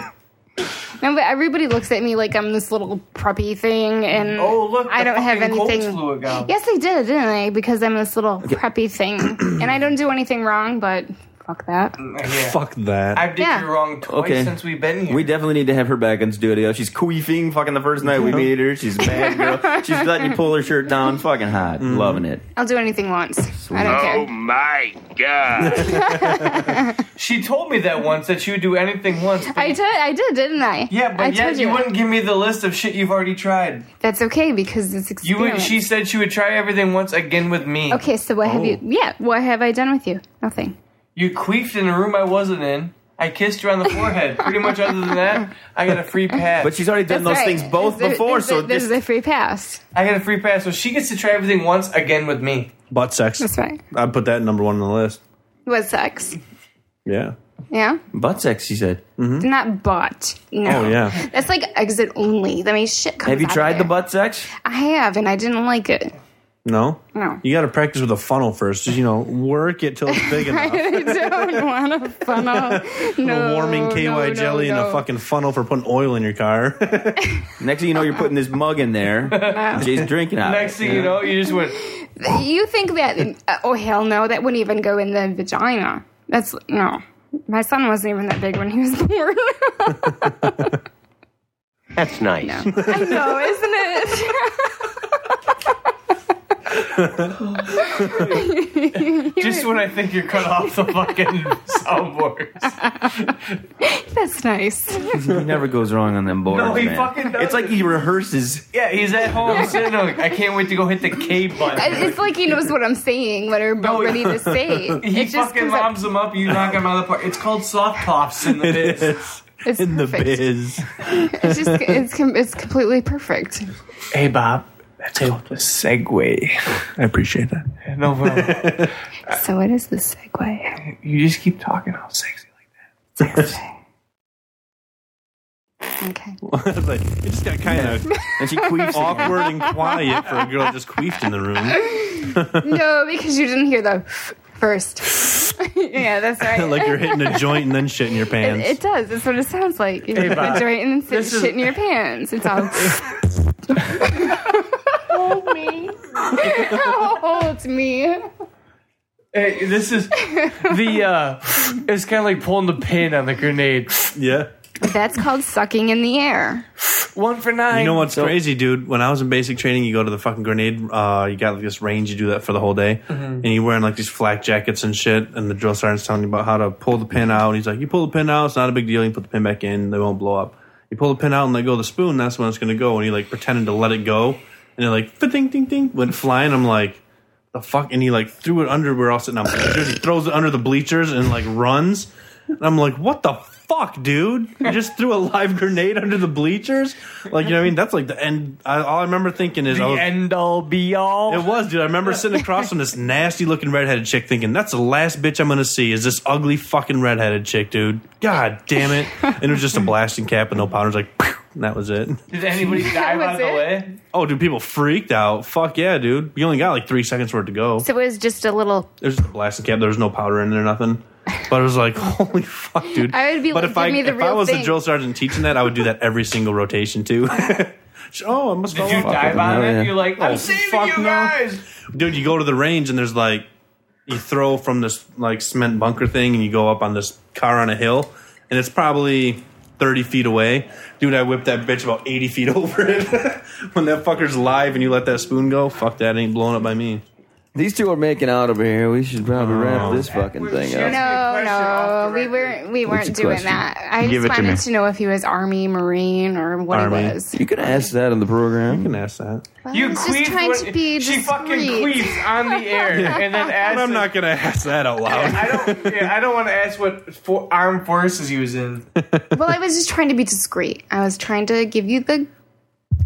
[SPEAKER 1] No, but everybody looks at me like I'm this little preppy thing, and
[SPEAKER 5] Oh look,
[SPEAKER 1] I don't have anything.
[SPEAKER 5] Fluid
[SPEAKER 1] Yes, I did, didn't I? Because I'm this little preppy thing, and I don't do anything wrong, but Fuck that.
[SPEAKER 5] Yeah.
[SPEAKER 3] Fuck that.
[SPEAKER 5] I've did
[SPEAKER 1] Yeah.
[SPEAKER 5] you wrong twice
[SPEAKER 2] Okay.
[SPEAKER 5] since we've been here.
[SPEAKER 2] We definitely need to have her back in studio. She's queefing fucking the first night we meet her. She's a bad girl. She's letting you pull her shirt down. Fucking hot. Loving it.
[SPEAKER 1] I'll do anything once. I don't care.
[SPEAKER 8] Oh my god.
[SPEAKER 5] she told me that once that she would do anything once. but-
[SPEAKER 1] I did, I did, didn't I?
[SPEAKER 5] yeah, but
[SPEAKER 1] I
[SPEAKER 5] yet you wouldn't give me the list of shit you've already tried.
[SPEAKER 1] That's okay because it's
[SPEAKER 5] You
[SPEAKER 1] experience.
[SPEAKER 5] would, she said she would try everything once again with me.
[SPEAKER 1] okay, so what have you?
[SPEAKER 2] Oh.
[SPEAKER 1] Yeah, what have I done with you? Nothing.
[SPEAKER 5] You queefed in a room I wasn't in. I kissed her on the forehead. Pretty much other than that, I got a free pass.
[SPEAKER 2] But she's already done
[SPEAKER 1] That's
[SPEAKER 2] those
[SPEAKER 1] right.
[SPEAKER 2] things both
[SPEAKER 1] There's a-
[SPEAKER 2] before,
[SPEAKER 1] there's a-
[SPEAKER 2] so
[SPEAKER 1] there's
[SPEAKER 2] just
[SPEAKER 1] a free pass.
[SPEAKER 5] I got a free pass, so she gets to try everything once again with me.
[SPEAKER 3] Butt sex.
[SPEAKER 1] That's right.
[SPEAKER 3] I'd put that number one on the list.
[SPEAKER 1] What sex?
[SPEAKER 3] Yeah.
[SPEAKER 1] Yeah,
[SPEAKER 2] butt sex. She said.
[SPEAKER 1] not butt. No.
[SPEAKER 3] Oh yeah.
[SPEAKER 1] That's like exit only. That means shit comes
[SPEAKER 2] Have you
[SPEAKER 1] out of
[SPEAKER 2] tried the
[SPEAKER 1] there.
[SPEAKER 2] butt sex?
[SPEAKER 1] I have, and I didn't like it.
[SPEAKER 3] No.
[SPEAKER 1] No.
[SPEAKER 3] You got to practice with a funnel first. Just, you know, work it till it's big enough.
[SPEAKER 1] I don't want Oh, a funnel. No,
[SPEAKER 3] a warming KY
[SPEAKER 1] no, no,
[SPEAKER 3] jelly and
[SPEAKER 1] no.
[SPEAKER 3] a fucking funnel for putting oil in your car.
[SPEAKER 2] Next thing you know, you're putting this mug in there. and Jay's drinking out. of it.
[SPEAKER 5] Next thing you know, you just went,
[SPEAKER 1] You think that? Oh hell no! That wouldn't even go in the vagina. That's no. My son wasn't even that big when he was born.
[SPEAKER 9] That's nice.
[SPEAKER 1] I know, isn't it?
[SPEAKER 5] just when I think you're cut off the fucking soundboards.
[SPEAKER 1] That's nice.
[SPEAKER 2] He never goes wrong on them boards.
[SPEAKER 5] No, he
[SPEAKER 2] man.
[SPEAKER 5] fucking does.
[SPEAKER 2] It's like he rehearses.
[SPEAKER 5] Yeah, he's at home sitting there, like, I can't wait to go hit the K button.
[SPEAKER 1] It's like he knows what I'm saying, what I'm
[SPEAKER 5] No,
[SPEAKER 1] ready to say.
[SPEAKER 5] He
[SPEAKER 1] It just
[SPEAKER 5] fucking
[SPEAKER 1] comes up.
[SPEAKER 5] lobs him up, you knock him out of the park. It's called soft tops in the biz.
[SPEAKER 1] It's
[SPEAKER 3] in the
[SPEAKER 1] perfect.
[SPEAKER 3] biz.
[SPEAKER 1] It's just it's com- it's completely perfect.
[SPEAKER 5] Hey, Bob. That's called a segue.
[SPEAKER 3] I appreciate that.
[SPEAKER 5] No problem.
[SPEAKER 1] So what is this segue?
[SPEAKER 5] You just keep talking all sexy like
[SPEAKER 1] Okay.
[SPEAKER 3] It's like, it just got kind of
[SPEAKER 2] And she queefs. Awkward.
[SPEAKER 3] awkward and quiet for a girl that just queefed in the room.
[SPEAKER 1] No, because you didn't hear the first. yeah, that's right.
[SPEAKER 3] like you're hitting a joint and then shit in your
[SPEAKER 1] it,
[SPEAKER 3] pants.
[SPEAKER 1] it does. That's what it sounds like. You put
[SPEAKER 5] Bob.
[SPEAKER 1] a joint and sit,
[SPEAKER 5] This is-
[SPEAKER 1] shit in your pants. It's all. Hold me. Hold me.
[SPEAKER 5] that. Hey, this is the, uh, it's kind of like pulling the pin on the grenade.
[SPEAKER 3] yeah.
[SPEAKER 1] That's called sucking in the air.
[SPEAKER 5] One for nine.
[SPEAKER 3] You know what's crazy, dude? When I was in basic training, you go to the fucking grenade. Uh, you got like this range. You do that for the whole day, and you're wearing like these flak jackets and shit. And the drill sergeant's telling you about how to pull the pin out. And he's like, "You pull the pin out, it's not a big deal. You put the pin back in, they won't blow up. You pull the pin out and let go of the spoon. That's when it's gonna go." And he like pretended to let it go, and it like ding ding ding went flying. I'm like. The fuck, and he like threw it under. We're all sitting on bleachers. He throws it under the bleachers and like runs. And I'm like, what the fuck, dude? You just threw a live grenade under the bleachers? Like, you know what I mean? That's like the end. I, all I remember thinking is, I
[SPEAKER 5] The
[SPEAKER 3] was,
[SPEAKER 5] end all be all.
[SPEAKER 3] it was, dude. I remember sitting across from this nasty looking redheaded chick thinking, that's the last bitch I'm going to see is this ugly fucking redheaded chick, dude. God damn it. And it was just a blasting cap and no powders. Like, pew, and that was it.
[SPEAKER 5] Did anybody dive
[SPEAKER 1] was
[SPEAKER 5] out of the
[SPEAKER 1] it?
[SPEAKER 5] way?
[SPEAKER 3] Oh, dude, people freaked out. Fuck yeah, dude. You only got like three seconds for it to go.
[SPEAKER 1] So it was just a little.
[SPEAKER 3] There's just a blasting cap. There was no powder in there, nothing. But I was like, holy fuck, dude.
[SPEAKER 1] I would be
[SPEAKER 3] but
[SPEAKER 1] like,
[SPEAKER 3] if
[SPEAKER 1] give
[SPEAKER 3] I
[SPEAKER 1] me the
[SPEAKER 3] if I
[SPEAKER 1] real
[SPEAKER 3] was the
[SPEAKER 1] thing.
[SPEAKER 3] drill sergeant teaching that, I would do that every single rotation too. oh, I must
[SPEAKER 5] Did you
[SPEAKER 3] fall off.
[SPEAKER 5] dive on
[SPEAKER 2] hell, yeah.
[SPEAKER 5] it? You're like, I'm
[SPEAKER 3] Oh,
[SPEAKER 5] saving
[SPEAKER 3] fuck
[SPEAKER 5] you
[SPEAKER 3] no.
[SPEAKER 5] guys.
[SPEAKER 3] dude. You go to the range and there's like you throw from this like cement bunker thing, and you go up on this car on a hill, and it's probably. 30 feet away. Dude, I whipped that bitch about 80 feet over it. when that fucker's live and you let that spoon go, fuck that, ain't blown up by me.
[SPEAKER 2] These two are making out over here. We should probably wrap this fucking thing
[SPEAKER 5] Sure.
[SPEAKER 2] up.
[SPEAKER 1] No,
[SPEAKER 5] question off
[SPEAKER 1] no,
[SPEAKER 5] the
[SPEAKER 1] we
[SPEAKER 5] record.
[SPEAKER 1] weren't. We weren't
[SPEAKER 2] the
[SPEAKER 1] doing
[SPEAKER 2] question?
[SPEAKER 1] that. I
[SPEAKER 10] Give
[SPEAKER 1] just
[SPEAKER 10] it to
[SPEAKER 1] wanted
[SPEAKER 10] me.
[SPEAKER 1] to, know if he was Army, Marine, or what
[SPEAKER 3] Army.
[SPEAKER 1] he was.
[SPEAKER 2] You could ask that on the program.
[SPEAKER 3] You can ask that.
[SPEAKER 1] I
[SPEAKER 5] You
[SPEAKER 1] was
[SPEAKER 5] queefed
[SPEAKER 1] just trying
[SPEAKER 5] when-
[SPEAKER 1] to be
[SPEAKER 5] She fucking
[SPEAKER 1] discreet.
[SPEAKER 5] queefs on the air and then asks.
[SPEAKER 3] But I'm not going to ask that out loud.
[SPEAKER 5] I don't. Yeah, I don't want to ask what for, armed forces he was in.
[SPEAKER 1] Well, I was just trying to be discreet. I was trying to give you the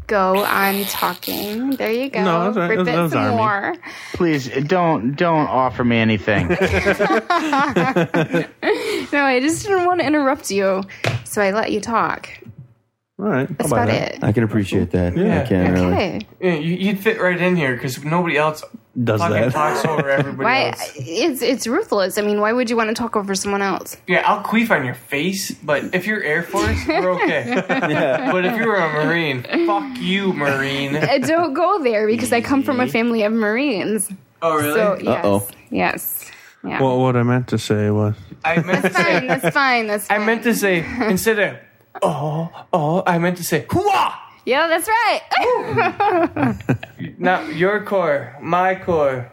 [SPEAKER 1] go on talking. There you go.
[SPEAKER 3] No, that's all right.
[SPEAKER 1] Rip
[SPEAKER 3] That- that
[SPEAKER 1] it
[SPEAKER 3] was
[SPEAKER 1] some
[SPEAKER 3] Army.
[SPEAKER 1] more.
[SPEAKER 10] Please don't don't offer me anything.
[SPEAKER 1] No, I just didn't want to interrupt you, so I let you talk.
[SPEAKER 3] All right.
[SPEAKER 1] That's about it.
[SPEAKER 2] I can appreciate that. I can really.
[SPEAKER 1] Okay.
[SPEAKER 5] Yeah, you, you'd fit right in here because nobody else
[SPEAKER 3] Does
[SPEAKER 5] fucking
[SPEAKER 3] that.
[SPEAKER 5] talks over everybody
[SPEAKER 1] Why?
[SPEAKER 5] else.
[SPEAKER 1] It's it's ruthless. I mean, why would you want to talk over someone else?
[SPEAKER 5] Yeah, I'll queef on your face, but if you're Air Force, we're okay. But if you're a Marine, fuck you, Marine.
[SPEAKER 1] Uh, Don't go there because I come from a family of Marines.
[SPEAKER 5] Oh really?
[SPEAKER 1] So yes,
[SPEAKER 2] Uh-oh.
[SPEAKER 1] yes. Yeah.
[SPEAKER 3] What what I meant to say was
[SPEAKER 5] I meant to
[SPEAKER 1] that's fine.
[SPEAKER 5] say.
[SPEAKER 1] That's fine. That's
[SPEAKER 5] I
[SPEAKER 1] fine.
[SPEAKER 5] meant to say instead of oh oh. I meant to say hooah.
[SPEAKER 1] Yeah, that's right.
[SPEAKER 5] Not your core, my core.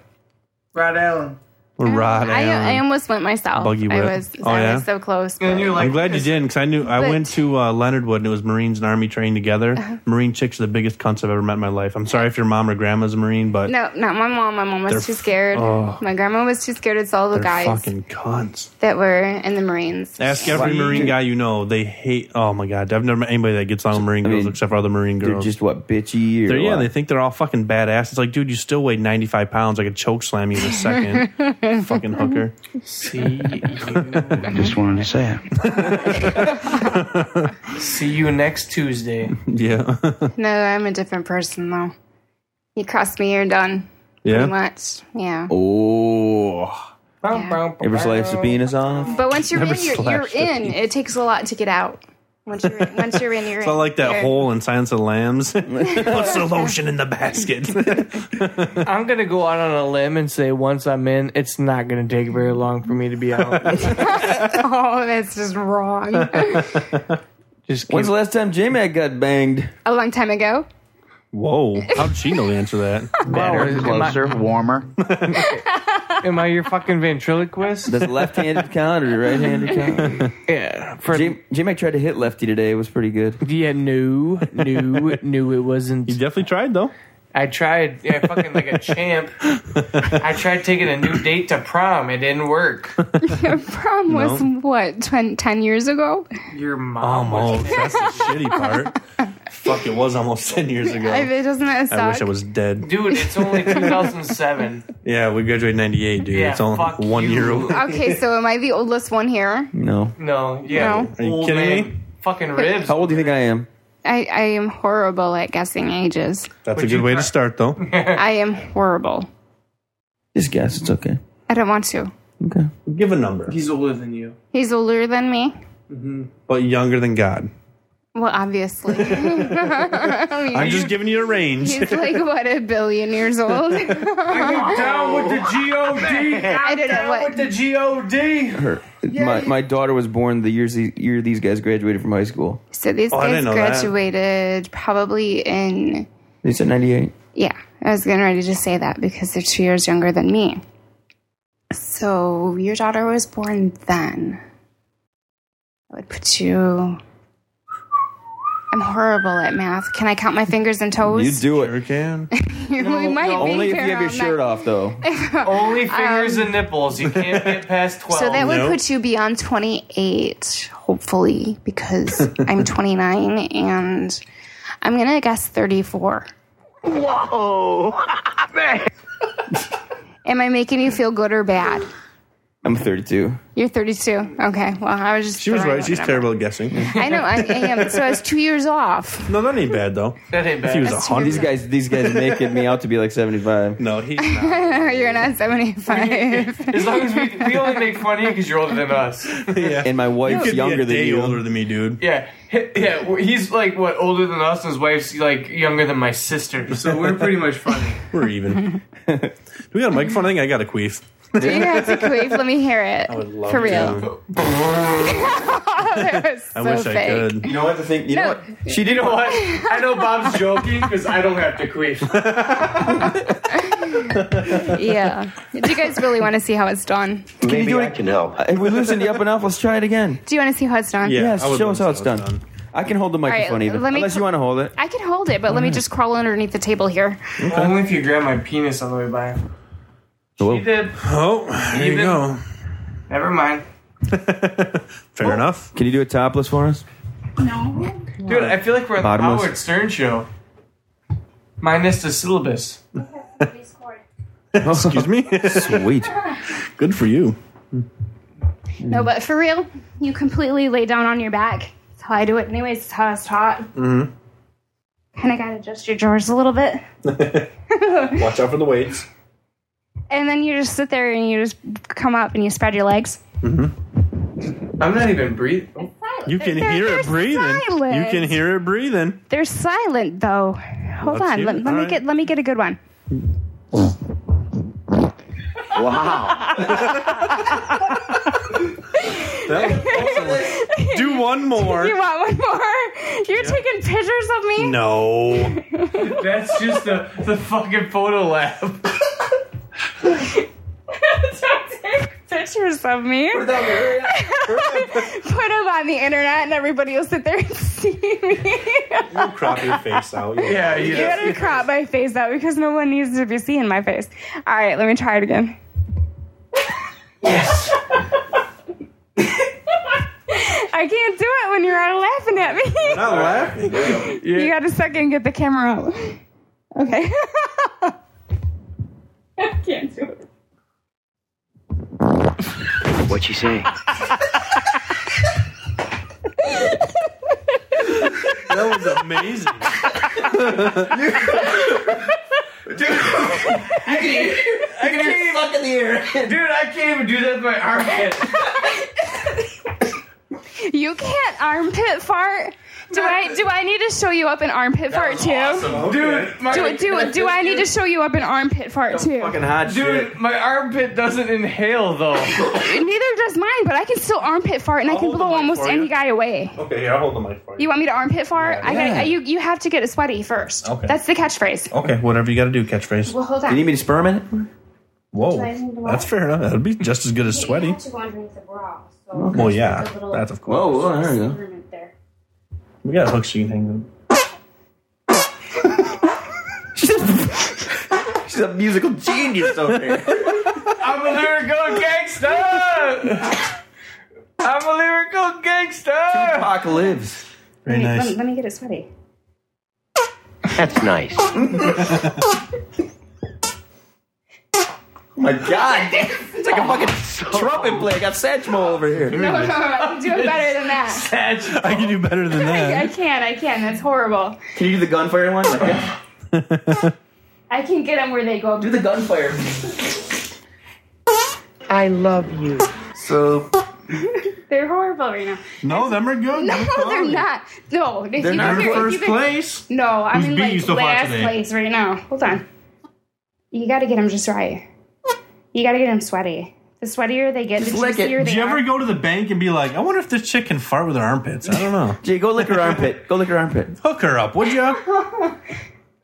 [SPEAKER 11] Rod Allen.
[SPEAKER 3] Rod
[SPEAKER 1] I, I
[SPEAKER 3] Allen.
[SPEAKER 1] almost went myself.
[SPEAKER 3] Buggy
[SPEAKER 1] I
[SPEAKER 3] whip.
[SPEAKER 1] was.
[SPEAKER 3] Oh,
[SPEAKER 1] I
[SPEAKER 3] yeah?
[SPEAKER 1] was so close. but-
[SPEAKER 5] And you're like,
[SPEAKER 3] I'm glad you didn't because I knew I
[SPEAKER 1] But- Uh-huh.
[SPEAKER 3] went to uh, Leonard Wood and it was Marines and Army trained together. Marine chicks are the biggest cunts I've ever met in my life. I'm sorry if your mom or grandma's a Marine, but
[SPEAKER 1] no, not my mom. My mom was
[SPEAKER 3] They're
[SPEAKER 1] too
[SPEAKER 3] f-
[SPEAKER 1] scared.
[SPEAKER 3] oh.
[SPEAKER 1] My grandma was too scared. It's all the
[SPEAKER 3] they're
[SPEAKER 1] guys
[SPEAKER 3] fucking cunts.
[SPEAKER 1] that were in the Marines.
[SPEAKER 3] Ask every Marine guy you know. They hate. Oh my god, I've never met anybody that gets on with Marine
[SPEAKER 2] I
[SPEAKER 3] girls
[SPEAKER 2] mean,
[SPEAKER 3] except for other Marine
[SPEAKER 2] They're
[SPEAKER 3] girls.
[SPEAKER 2] just what bitchy or
[SPEAKER 3] They're- yeah,
[SPEAKER 2] what?
[SPEAKER 3] they think they're all fucking badass. It's like, dude, you still weigh 95 pounds. I could choke slam you in a second. fucking hooker.
[SPEAKER 5] See
[SPEAKER 10] I
[SPEAKER 5] you.
[SPEAKER 10] just wanted to say it.
[SPEAKER 5] See you next Tuesday.
[SPEAKER 3] Yeah.
[SPEAKER 1] No, I'm a different person though. You cross me, you're done.
[SPEAKER 3] yeah.
[SPEAKER 1] Pretty much. Yeah.
[SPEAKER 2] oh,
[SPEAKER 5] Bum, bum, bum,
[SPEAKER 2] ever slice the
[SPEAKER 5] bum.
[SPEAKER 2] penis off?
[SPEAKER 1] But once you're
[SPEAKER 3] Never
[SPEAKER 1] in, you're, you're
[SPEAKER 3] slashed
[SPEAKER 1] in.
[SPEAKER 3] it.
[SPEAKER 1] It takes a lot to get out. Once you're in, once you're in, you're
[SPEAKER 3] It's
[SPEAKER 1] in.
[SPEAKER 3] not like that
[SPEAKER 1] You're-
[SPEAKER 3] hole in Silence of the Lambs. What's the lotion in the basket?
[SPEAKER 5] I'm gonna go out on a limb and say once I'm in, it's not gonna take very long for me to be out.
[SPEAKER 1] Oh, that's just wrong.
[SPEAKER 5] Just keep,
[SPEAKER 2] When's the last time J Mac got banged?
[SPEAKER 1] a long time ago.
[SPEAKER 3] Whoa. How did she know the answer to that?
[SPEAKER 5] Am
[SPEAKER 10] Better,
[SPEAKER 5] I-
[SPEAKER 10] closer, warmer.
[SPEAKER 5] am I your fucking ventriloquist?
[SPEAKER 2] That's left-handed count or right-handed count?
[SPEAKER 5] yeah, for
[SPEAKER 2] J Mac tried to hit lefty today. It was pretty good.
[SPEAKER 5] yeah, no, no, no, it wasn't.
[SPEAKER 3] You definitely tried, though.
[SPEAKER 5] I tried, yeah, fucking like a champ. I tried taking a new date to prom. It didn't work.
[SPEAKER 1] Prom was what twen- ten years ago.
[SPEAKER 3] Oh,
[SPEAKER 5] Your mom.
[SPEAKER 3] Almost. That's the shitty part. Fuck, it was almost 10 years ago.
[SPEAKER 1] I,
[SPEAKER 3] I,
[SPEAKER 1] it doesn't that suck?
[SPEAKER 3] wish I was dead.
[SPEAKER 5] Dude, it's only 2007.
[SPEAKER 3] Yeah, we graduated in 98, dude.
[SPEAKER 5] Yeah,
[SPEAKER 3] it's only
[SPEAKER 5] fuck
[SPEAKER 3] one
[SPEAKER 5] you.
[SPEAKER 3] year old.
[SPEAKER 1] Okay, so am I the oldest one here?
[SPEAKER 2] No.
[SPEAKER 5] No, yeah.
[SPEAKER 1] No.
[SPEAKER 3] Are you
[SPEAKER 5] Old
[SPEAKER 3] kidding
[SPEAKER 5] man,
[SPEAKER 3] me?
[SPEAKER 5] Fucking ribs.
[SPEAKER 2] How old do you think I am?
[SPEAKER 1] I, I am horrible at guessing ages.
[SPEAKER 3] That's a good way to start, though.
[SPEAKER 1] I am horrible.
[SPEAKER 2] Just guess. It's okay.
[SPEAKER 1] I don't want to.
[SPEAKER 2] Okay.
[SPEAKER 3] Give a number,
[SPEAKER 5] He's older than you.
[SPEAKER 1] He's older than me.
[SPEAKER 3] but younger than God.
[SPEAKER 1] Well, obviously. I mean,
[SPEAKER 3] I'm just giving you a range.
[SPEAKER 1] he's like what a billion years old.
[SPEAKER 5] Down with the G-O-D.
[SPEAKER 1] I don't know what.
[SPEAKER 5] the G-O-D.
[SPEAKER 2] Her, my, my daughter was born the years the year these guys graduated from high school.
[SPEAKER 1] So these
[SPEAKER 3] Oh, I
[SPEAKER 1] guys
[SPEAKER 3] didn't know that.
[SPEAKER 1] graduated probably in
[SPEAKER 2] They said ninety eight.
[SPEAKER 1] yeah. I was getting ready to say that because they're two years younger than me. So your daughter was born then. I would put you. I'm horrible at math. Can I count my fingers and
[SPEAKER 2] You
[SPEAKER 1] toes?
[SPEAKER 2] do
[SPEAKER 3] Sure
[SPEAKER 2] it.
[SPEAKER 3] can.
[SPEAKER 1] we might
[SPEAKER 5] no,
[SPEAKER 1] be
[SPEAKER 2] Only if you have
[SPEAKER 1] around
[SPEAKER 2] your
[SPEAKER 1] that.
[SPEAKER 2] shirt off, though.
[SPEAKER 5] Only fingers and nipples. You can't get past 12.
[SPEAKER 1] So that would
[SPEAKER 3] no.
[SPEAKER 1] put you beyond 28, hopefully, because I'm 29 and I'm going to guess 34.
[SPEAKER 11] Whoa! Man.
[SPEAKER 1] Am I making you feel good or bad?
[SPEAKER 2] I'm 32.
[SPEAKER 1] You're 32. Okay. Well, I was just.
[SPEAKER 3] She was
[SPEAKER 1] throwing
[SPEAKER 3] right.
[SPEAKER 1] out
[SPEAKER 3] She's
[SPEAKER 1] a number.
[SPEAKER 3] terrible at guessing.
[SPEAKER 1] I know. I, I am. So I was two years off.
[SPEAKER 3] No, that ain't bad though.
[SPEAKER 5] That ain't
[SPEAKER 3] If he was a
[SPEAKER 5] bad.
[SPEAKER 1] true.
[SPEAKER 3] hundred.
[SPEAKER 2] These guys, these guys making me out to be like 75.
[SPEAKER 3] No, he's not.
[SPEAKER 1] You're not 75.
[SPEAKER 5] As long as we, we only make fun of you because you're older than us.
[SPEAKER 3] yeah.
[SPEAKER 2] And my
[SPEAKER 3] He
[SPEAKER 2] wife's
[SPEAKER 3] could be
[SPEAKER 2] younger
[SPEAKER 3] a
[SPEAKER 2] than
[SPEAKER 3] day
[SPEAKER 2] you.
[SPEAKER 3] older than me, dude.
[SPEAKER 5] Yeah, he- yeah. well, He's like what older than us, and his wife's like younger than my sister. So we're pretty much funny.
[SPEAKER 3] We're even. Do we got a microphone? I think I got a queef.
[SPEAKER 1] Do you have to queef? Let me hear it. For real. That was
[SPEAKER 3] I
[SPEAKER 1] so
[SPEAKER 3] wish I
[SPEAKER 1] fake.
[SPEAKER 3] could.
[SPEAKER 2] You know what the thing? You know what? She
[SPEAKER 5] You
[SPEAKER 2] did.
[SPEAKER 5] know what? I know Bob's joking because I don't have to queef.
[SPEAKER 1] Yeah. Do you guys really want to see how it's done?
[SPEAKER 2] Can you
[SPEAKER 11] Maybe
[SPEAKER 2] do
[SPEAKER 11] I
[SPEAKER 2] it? Uh,
[SPEAKER 11] can help.
[SPEAKER 2] If we loosen you up enough, let's try it again.
[SPEAKER 1] Do you want to see how it's done?
[SPEAKER 3] Yeah,
[SPEAKER 2] Yes,
[SPEAKER 3] I would
[SPEAKER 2] show
[SPEAKER 3] love
[SPEAKER 2] us
[SPEAKER 3] to
[SPEAKER 2] how
[SPEAKER 3] see
[SPEAKER 2] it's done. I can hold the microphone
[SPEAKER 1] right,
[SPEAKER 2] even,
[SPEAKER 1] let me
[SPEAKER 2] unless
[SPEAKER 1] cl-
[SPEAKER 2] you want to hold it.
[SPEAKER 1] I can hold it, but let me just crawl underneath the table here.
[SPEAKER 5] Only if you grab my penis on the way by. He did.
[SPEAKER 3] Oh, there you
[SPEAKER 5] Even-
[SPEAKER 3] go.
[SPEAKER 5] Never mind.
[SPEAKER 3] Fair
[SPEAKER 1] Oh.
[SPEAKER 3] enough.
[SPEAKER 2] Can you do it topless for us?
[SPEAKER 5] Dude, I feel like we're on the
[SPEAKER 2] Bottomless.
[SPEAKER 5] Howard Stern show. Minus the syllabus.
[SPEAKER 3] Excuse me.
[SPEAKER 2] Sweet.
[SPEAKER 3] Good for you. Mm.
[SPEAKER 1] No, but for real, you completely lay down on your back. That's how I do it, anyways. That's how I was taught. Mm-hmm. Kind of got to adjust your drawers a little bit.
[SPEAKER 3] Watch out for the weights.
[SPEAKER 1] And then you just sit there and you just come up and you spread your legs.
[SPEAKER 5] I'm not even breathing.
[SPEAKER 3] You can hear it breathing. You can hear it breathing.
[SPEAKER 1] They're silent though. Hold
[SPEAKER 3] Let's
[SPEAKER 1] on.
[SPEAKER 3] hear
[SPEAKER 1] Let,
[SPEAKER 3] it.
[SPEAKER 1] let me
[SPEAKER 3] All right.
[SPEAKER 1] get let me get a good one.
[SPEAKER 2] Wow.
[SPEAKER 3] Do one more.
[SPEAKER 1] You want one more? You're taking pictures of me?
[SPEAKER 3] No.
[SPEAKER 5] That's just the, the fucking photo lab.
[SPEAKER 1] Don't take pictures of me. Put them on the internet and everybody will sit there and see me.
[SPEAKER 3] Crop your face out.
[SPEAKER 5] Yeah,
[SPEAKER 1] You
[SPEAKER 5] yeah.
[SPEAKER 1] gotta crop my face out because no one needs to be seeing my face. All right, let me try it again.
[SPEAKER 5] Yes.
[SPEAKER 1] I can't do it when you're all laughing at me.
[SPEAKER 3] Not laughing.
[SPEAKER 1] You got a second, get the camera out. Okay. I can't do it.
[SPEAKER 11] What'd she say?
[SPEAKER 3] That was amazing.
[SPEAKER 5] I can hear
[SPEAKER 11] Fuck in the air.
[SPEAKER 5] Dude, I can't even do that with my armpit.
[SPEAKER 1] You can't armpit fart. Do I do I need to show you up an armpit fart too?
[SPEAKER 5] Dude, my,
[SPEAKER 1] Do do do I need to show you up an armpit fart too?
[SPEAKER 2] Fucking hot shit.
[SPEAKER 5] Dude, my armpit doesn't inhale though.
[SPEAKER 1] Neither does mine, but I can still armpit fart and i can
[SPEAKER 3] hold the
[SPEAKER 1] blow
[SPEAKER 3] mic
[SPEAKER 1] almost
[SPEAKER 3] for you.
[SPEAKER 1] any guy away.
[SPEAKER 3] Okay, here, I'll hold the mic for
[SPEAKER 1] You want me to armpit fart? I
[SPEAKER 2] Yeah.
[SPEAKER 1] gotta, you you have to get it sweaty first.
[SPEAKER 3] Okay.
[SPEAKER 1] That's the catchphrase.
[SPEAKER 3] Okay, whatever you got to do, catchphrase.
[SPEAKER 1] Well, hold
[SPEAKER 2] You
[SPEAKER 1] on.
[SPEAKER 2] need me to sperm in it?
[SPEAKER 3] Whoa, that's fair enough. That'd be just as good as sweaty. Well, yeah, that's of course.
[SPEAKER 2] Whoa, whoa, there we go.
[SPEAKER 3] We got hooks you can hang them.
[SPEAKER 2] She's a musical genius over here.
[SPEAKER 5] I'm a lyrical gangster. I'm a lyrical gangster.
[SPEAKER 2] Pac lives.
[SPEAKER 3] Very
[SPEAKER 1] Wait,
[SPEAKER 3] nice.
[SPEAKER 1] let, me, let me get it sweaty.
[SPEAKER 11] That's nice.
[SPEAKER 2] My God, it's like a fucking trumpet play. I got Satchmo over here.
[SPEAKER 1] No, no, no, I can do it better than that.
[SPEAKER 3] I can do better than
[SPEAKER 1] I, I
[SPEAKER 3] that.
[SPEAKER 1] can, I can. That's horrible.
[SPEAKER 2] Can you do the gunfire one?
[SPEAKER 1] I can get them where they go.
[SPEAKER 2] do the gunfire.
[SPEAKER 9] I love you.
[SPEAKER 2] So
[SPEAKER 1] They're horrible right now.
[SPEAKER 3] No, them are good.
[SPEAKER 1] No, they're not. No, if you
[SPEAKER 2] not
[SPEAKER 1] can-
[SPEAKER 3] They're
[SPEAKER 1] if you
[SPEAKER 3] first
[SPEAKER 1] can-
[SPEAKER 3] place.
[SPEAKER 1] No, I'm
[SPEAKER 3] Who's
[SPEAKER 1] in
[SPEAKER 3] beating you
[SPEAKER 1] like
[SPEAKER 3] so far
[SPEAKER 1] last
[SPEAKER 3] today?
[SPEAKER 1] place right now. Hold on. You got to get them just right. You got to get them sweaty. The sweatier they get, the
[SPEAKER 2] lick it.
[SPEAKER 1] juicier
[SPEAKER 2] Do
[SPEAKER 1] they
[SPEAKER 3] Do you
[SPEAKER 1] are.
[SPEAKER 3] ever go to the bank and be like, I wonder if this chick can fart with her armpits? I don't know.
[SPEAKER 2] Jay, go lick her armpit. Go lick her armpit.
[SPEAKER 3] Hook her up, would you?
[SPEAKER 2] Or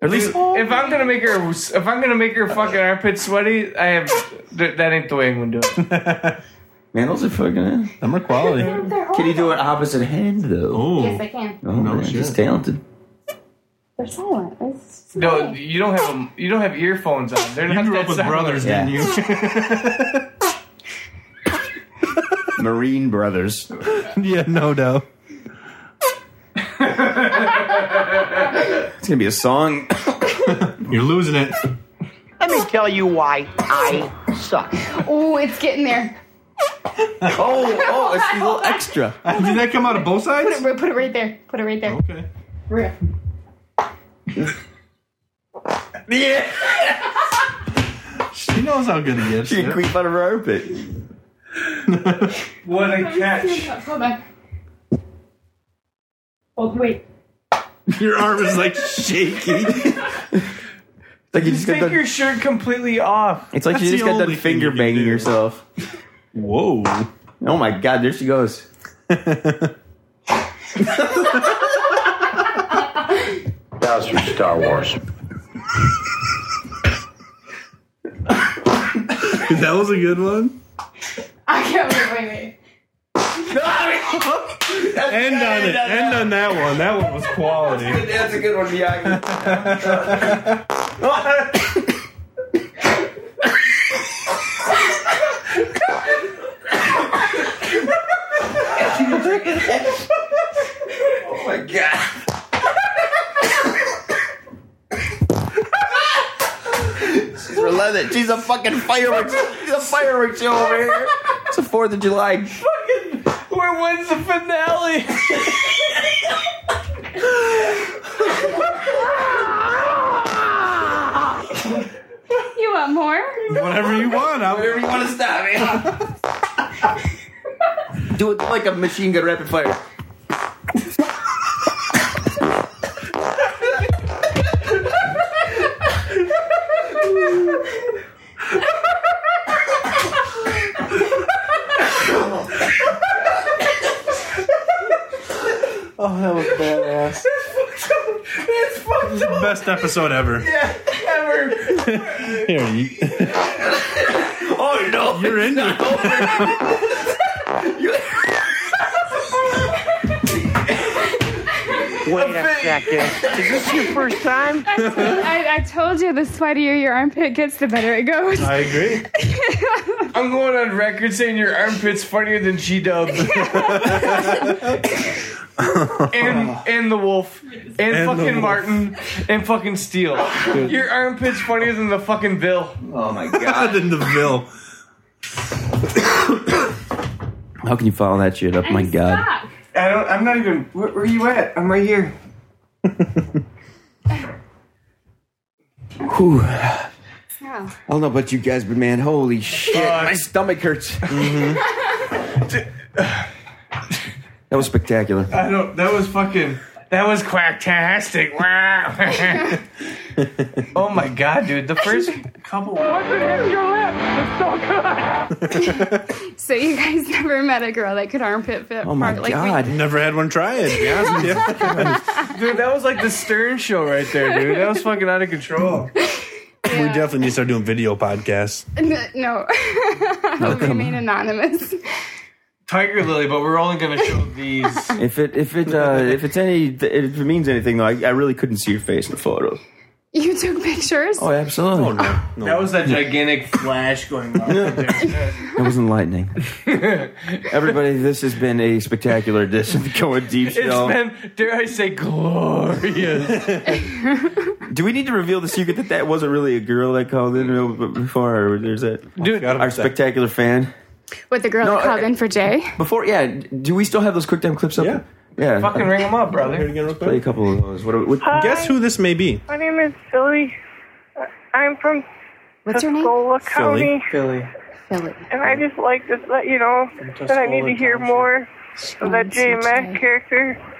[SPEAKER 2] at least
[SPEAKER 5] If I'm gonna make her, if I'm gonna make her fucking armpit sweaty, I have th- that ain't the way I'm gonna do it.
[SPEAKER 2] man, those are fucking. eh?
[SPEAKER 3] Them are quality.
[SPEAKER 1] They're
[SPEAKER 2] Can
[SPEAKER 1] horrible.
[SPEAKER 2] you do an opposite hand though?
[SPEAKER 1] Yes,
[SPEAKER 3] Oh,
[SPEAKER 1] I can.
[SPEAKER 2] Oh, no, man,
[SPEAKER 3] shit.
[SPEAKER 2] she's talented.
[SPEAKER 1] They're silent. It's
[SPEAKER 5] No, you don't have a, you don't have earphones on. They're
[SPEAKER 3] you
[SPEAKER 5] not
[SPEAKER 3] grew
[SPEAKER 5] that
[SPEAKER 3] up with
[SPEAKER 5] silent.
[SPEAKER 3] brothers, didn't you?
[SPEAKER 2] Marine Brothers.
[SPEAKER 3] yeah, no doubt.
[SPEAKER 2] It's gonna be a song.
[SPEAKER 3] You're losing it.
[SPEAKER 9] Let me tell you why I suck.
[SPEAKER 1] oh, it's getting there.
[SPEAKER 2] Oh, oh, it's a little extra.
[SPEAKER 3] Did that come out of both sides?
[SPEAKER 1] Put it, put it right there. Put it right there.
[SPEAKER 3] Okay.
[SPEAKER 1] Right.
[SPEAKER 2] Yeah,
[SPEAKER 3] She knows how good it gets.
[SPEAKER 2] she can creep out of her armpit.
[SPEAKER 5] What a catch!
[SPEAKER 1] Hold on. Oh wait.
[SPEAKER 3] Your arm is like shaking.
[SPEAKER 2] Like you just got
[SPEAKER 5] Take
[SPEAKER 2] done,
[SPEAKER 5] your shirt completely off.
[SPEAKER 2] It's like
[SPEAKER 3] That's
[SPEAKER 2] you just
[SPEAKER 3] the
[SPEAKER 2] got
[SPEAKER 3] only
[SPEAKER 2] done
[SPEAKER 3] thing
[SPEAKER 2] finger
[SPEAKER 3] you can
[SPEAKER 2] banging
[SPEAKER 3] do.
[SPEAKER 2] yourself.
[SPEAKER 3] Whoa.
[SPEAKER 2] Oh my God, there she goes.
[SPEAKER 7] That was from Star Wars.
[SPEAKER 3] That was a good one.
[SPEAKER 1] I can't wait. Wait. Wait.
[SPEAKER 3] End on it. End on that one. That one was quality.
[SPEAKER 2] That's a good one, Miyagi. oh my god. She's relentless. She's a fucking fireworks. She's a fireworks show over here. It's the 4th of July.
[SPEAKER 5] Where when's the finale?
[SPEAKER 1] Ah. You want more?
[SPEAKER 3] Whatever you want.
[SPEAKER 2] Wherever
[SPEAKER 3] I'm,
[SPEAKER 2] you want to stop me. Do it like a machine gun rapid fire.
[SPEAKER 3] Oh, that was badass.
[SPEAKER 5] That's fucked up.
[SPEAKER 3] Best episode ever.
[SPEAKER 5] Yeah, ever.
[SPEAKER 3] Here, you,
[SPEAKER 2] Oh no!
[SPEAKER 3] you're in it.
[SPEAKER 11] Wait a second. Is this your first time?
[SPEAKER 1] I, I told you the sweatier your armpit gets, the better it goes.
[SPEAKER 3] I agree.
[SPEAKER 5] I'm going on record saying your armpit's funnier than G Dub. and and the wolf. And,
[SPEAKER 3] the
[SPEAKER 5] fucking
[SPEAKER 3] wolf.
[SPEAKER 5] Martin. And fucking Steele. Your armpit's funnier than the fucking Bill.
[SPEAKER 2] Oh my god!
[SPEAKER 3] in the bill.
[SPEAKER 2] How can you follow that shit up? My god!
[SPEAKER 5] I don't I'm not even where, where are you at? I'm right here.
[SPEAKER 2] Whew. I don't know about you guys, but man, holy shit! my stomach hurts. that was spectacular.
[SPEAKER 5] I don't that was fucking that was quacktastic. Wow. oh my god, dude. The first couple
[SPEAKER 1] So you guys never met a girl that could armpit fit.
[SPEAKER 2] Oh my
[SPEAKER 1] part like me?
[SPEAKER 2] god!
[SPEAKER 3] Never had one try it. to be honest with you.
[SPEAKER 5] Dude, that was like the Stern show right there, dude. That was fucking out of control.
[SPEAKER 3] We definitely need to start doing video podcasts.
[SPEAKER 1] N- no, remain anonymous.
[SPEAKER 5] Tiger Lily, but we're only gonna show these.
[SPEAKER 2] If it if it uh, if it's any if it means anything though, I, I really couldn't see your face in the photos.
[SPEAKER 1] You took pictures.
[SPEAKER 2] Oh, absolutely.
[SPEAKER 3] Oh, no. no.
[SPEAKER 5] That was that gigantic flash going on.
[SPEAKER 2] That was enlightening. Everybody, this has been a spectacular edition of the Going Deep Show.
[SPEAKER 5] It's been, dare I say, glorious.
[SPEAKER 2] Do we need to reveal the secret that that wasn't really a girl that called in before, or there's that
[SPEAKER 5] Dude,
[SPEAKER 3] Forgot
[SPEAKER 2] our
[SPEAKER 3] about that.
[SPEAKER 2] spectacular fan?
[SPEAKER 1] With the girl
[SPEAKER 2] No, uh,
[SPEAKER 1] that called
[SPEAKER 2] I-
[SPEAKER 1] in for Jay.
[SPEAKER 2] Before, yeah. Do we still have those quick time clips up?
[SPEAKER 3] Yeah.
[SPEAKER 2] Yeah.
[SPEAKER 5] fucking ring them up,
[SPEAKER 3] Here
[SPEAKER 5] brother.
[SPEAKER 3] again, real quick.
[SPEAKER 2] Play a couple of those. What, are- what,
[SPEAKER 3] Guess who this may be?
[SPEAKER 12] My name is Philly. Uh, I'm from
[SPEAKER 1] What's your name?
[SPEAKER 12] Tuscola County,
[SPEAKER 5] Philly.
[SPEAKER 1] Philly.
[SPEAKER 12] and I just like to let you know that I need to
[SPEAKER 5] Tuscola
[SPEAKER 12] hear
[SPEAKER 5] Township.
[SPEAKER 12] more of that
[SPEAKER 1] Sean
[SPEAKER 12] J Mac
[SPEAKER 1] Smith.
[SPEAKER 12] character.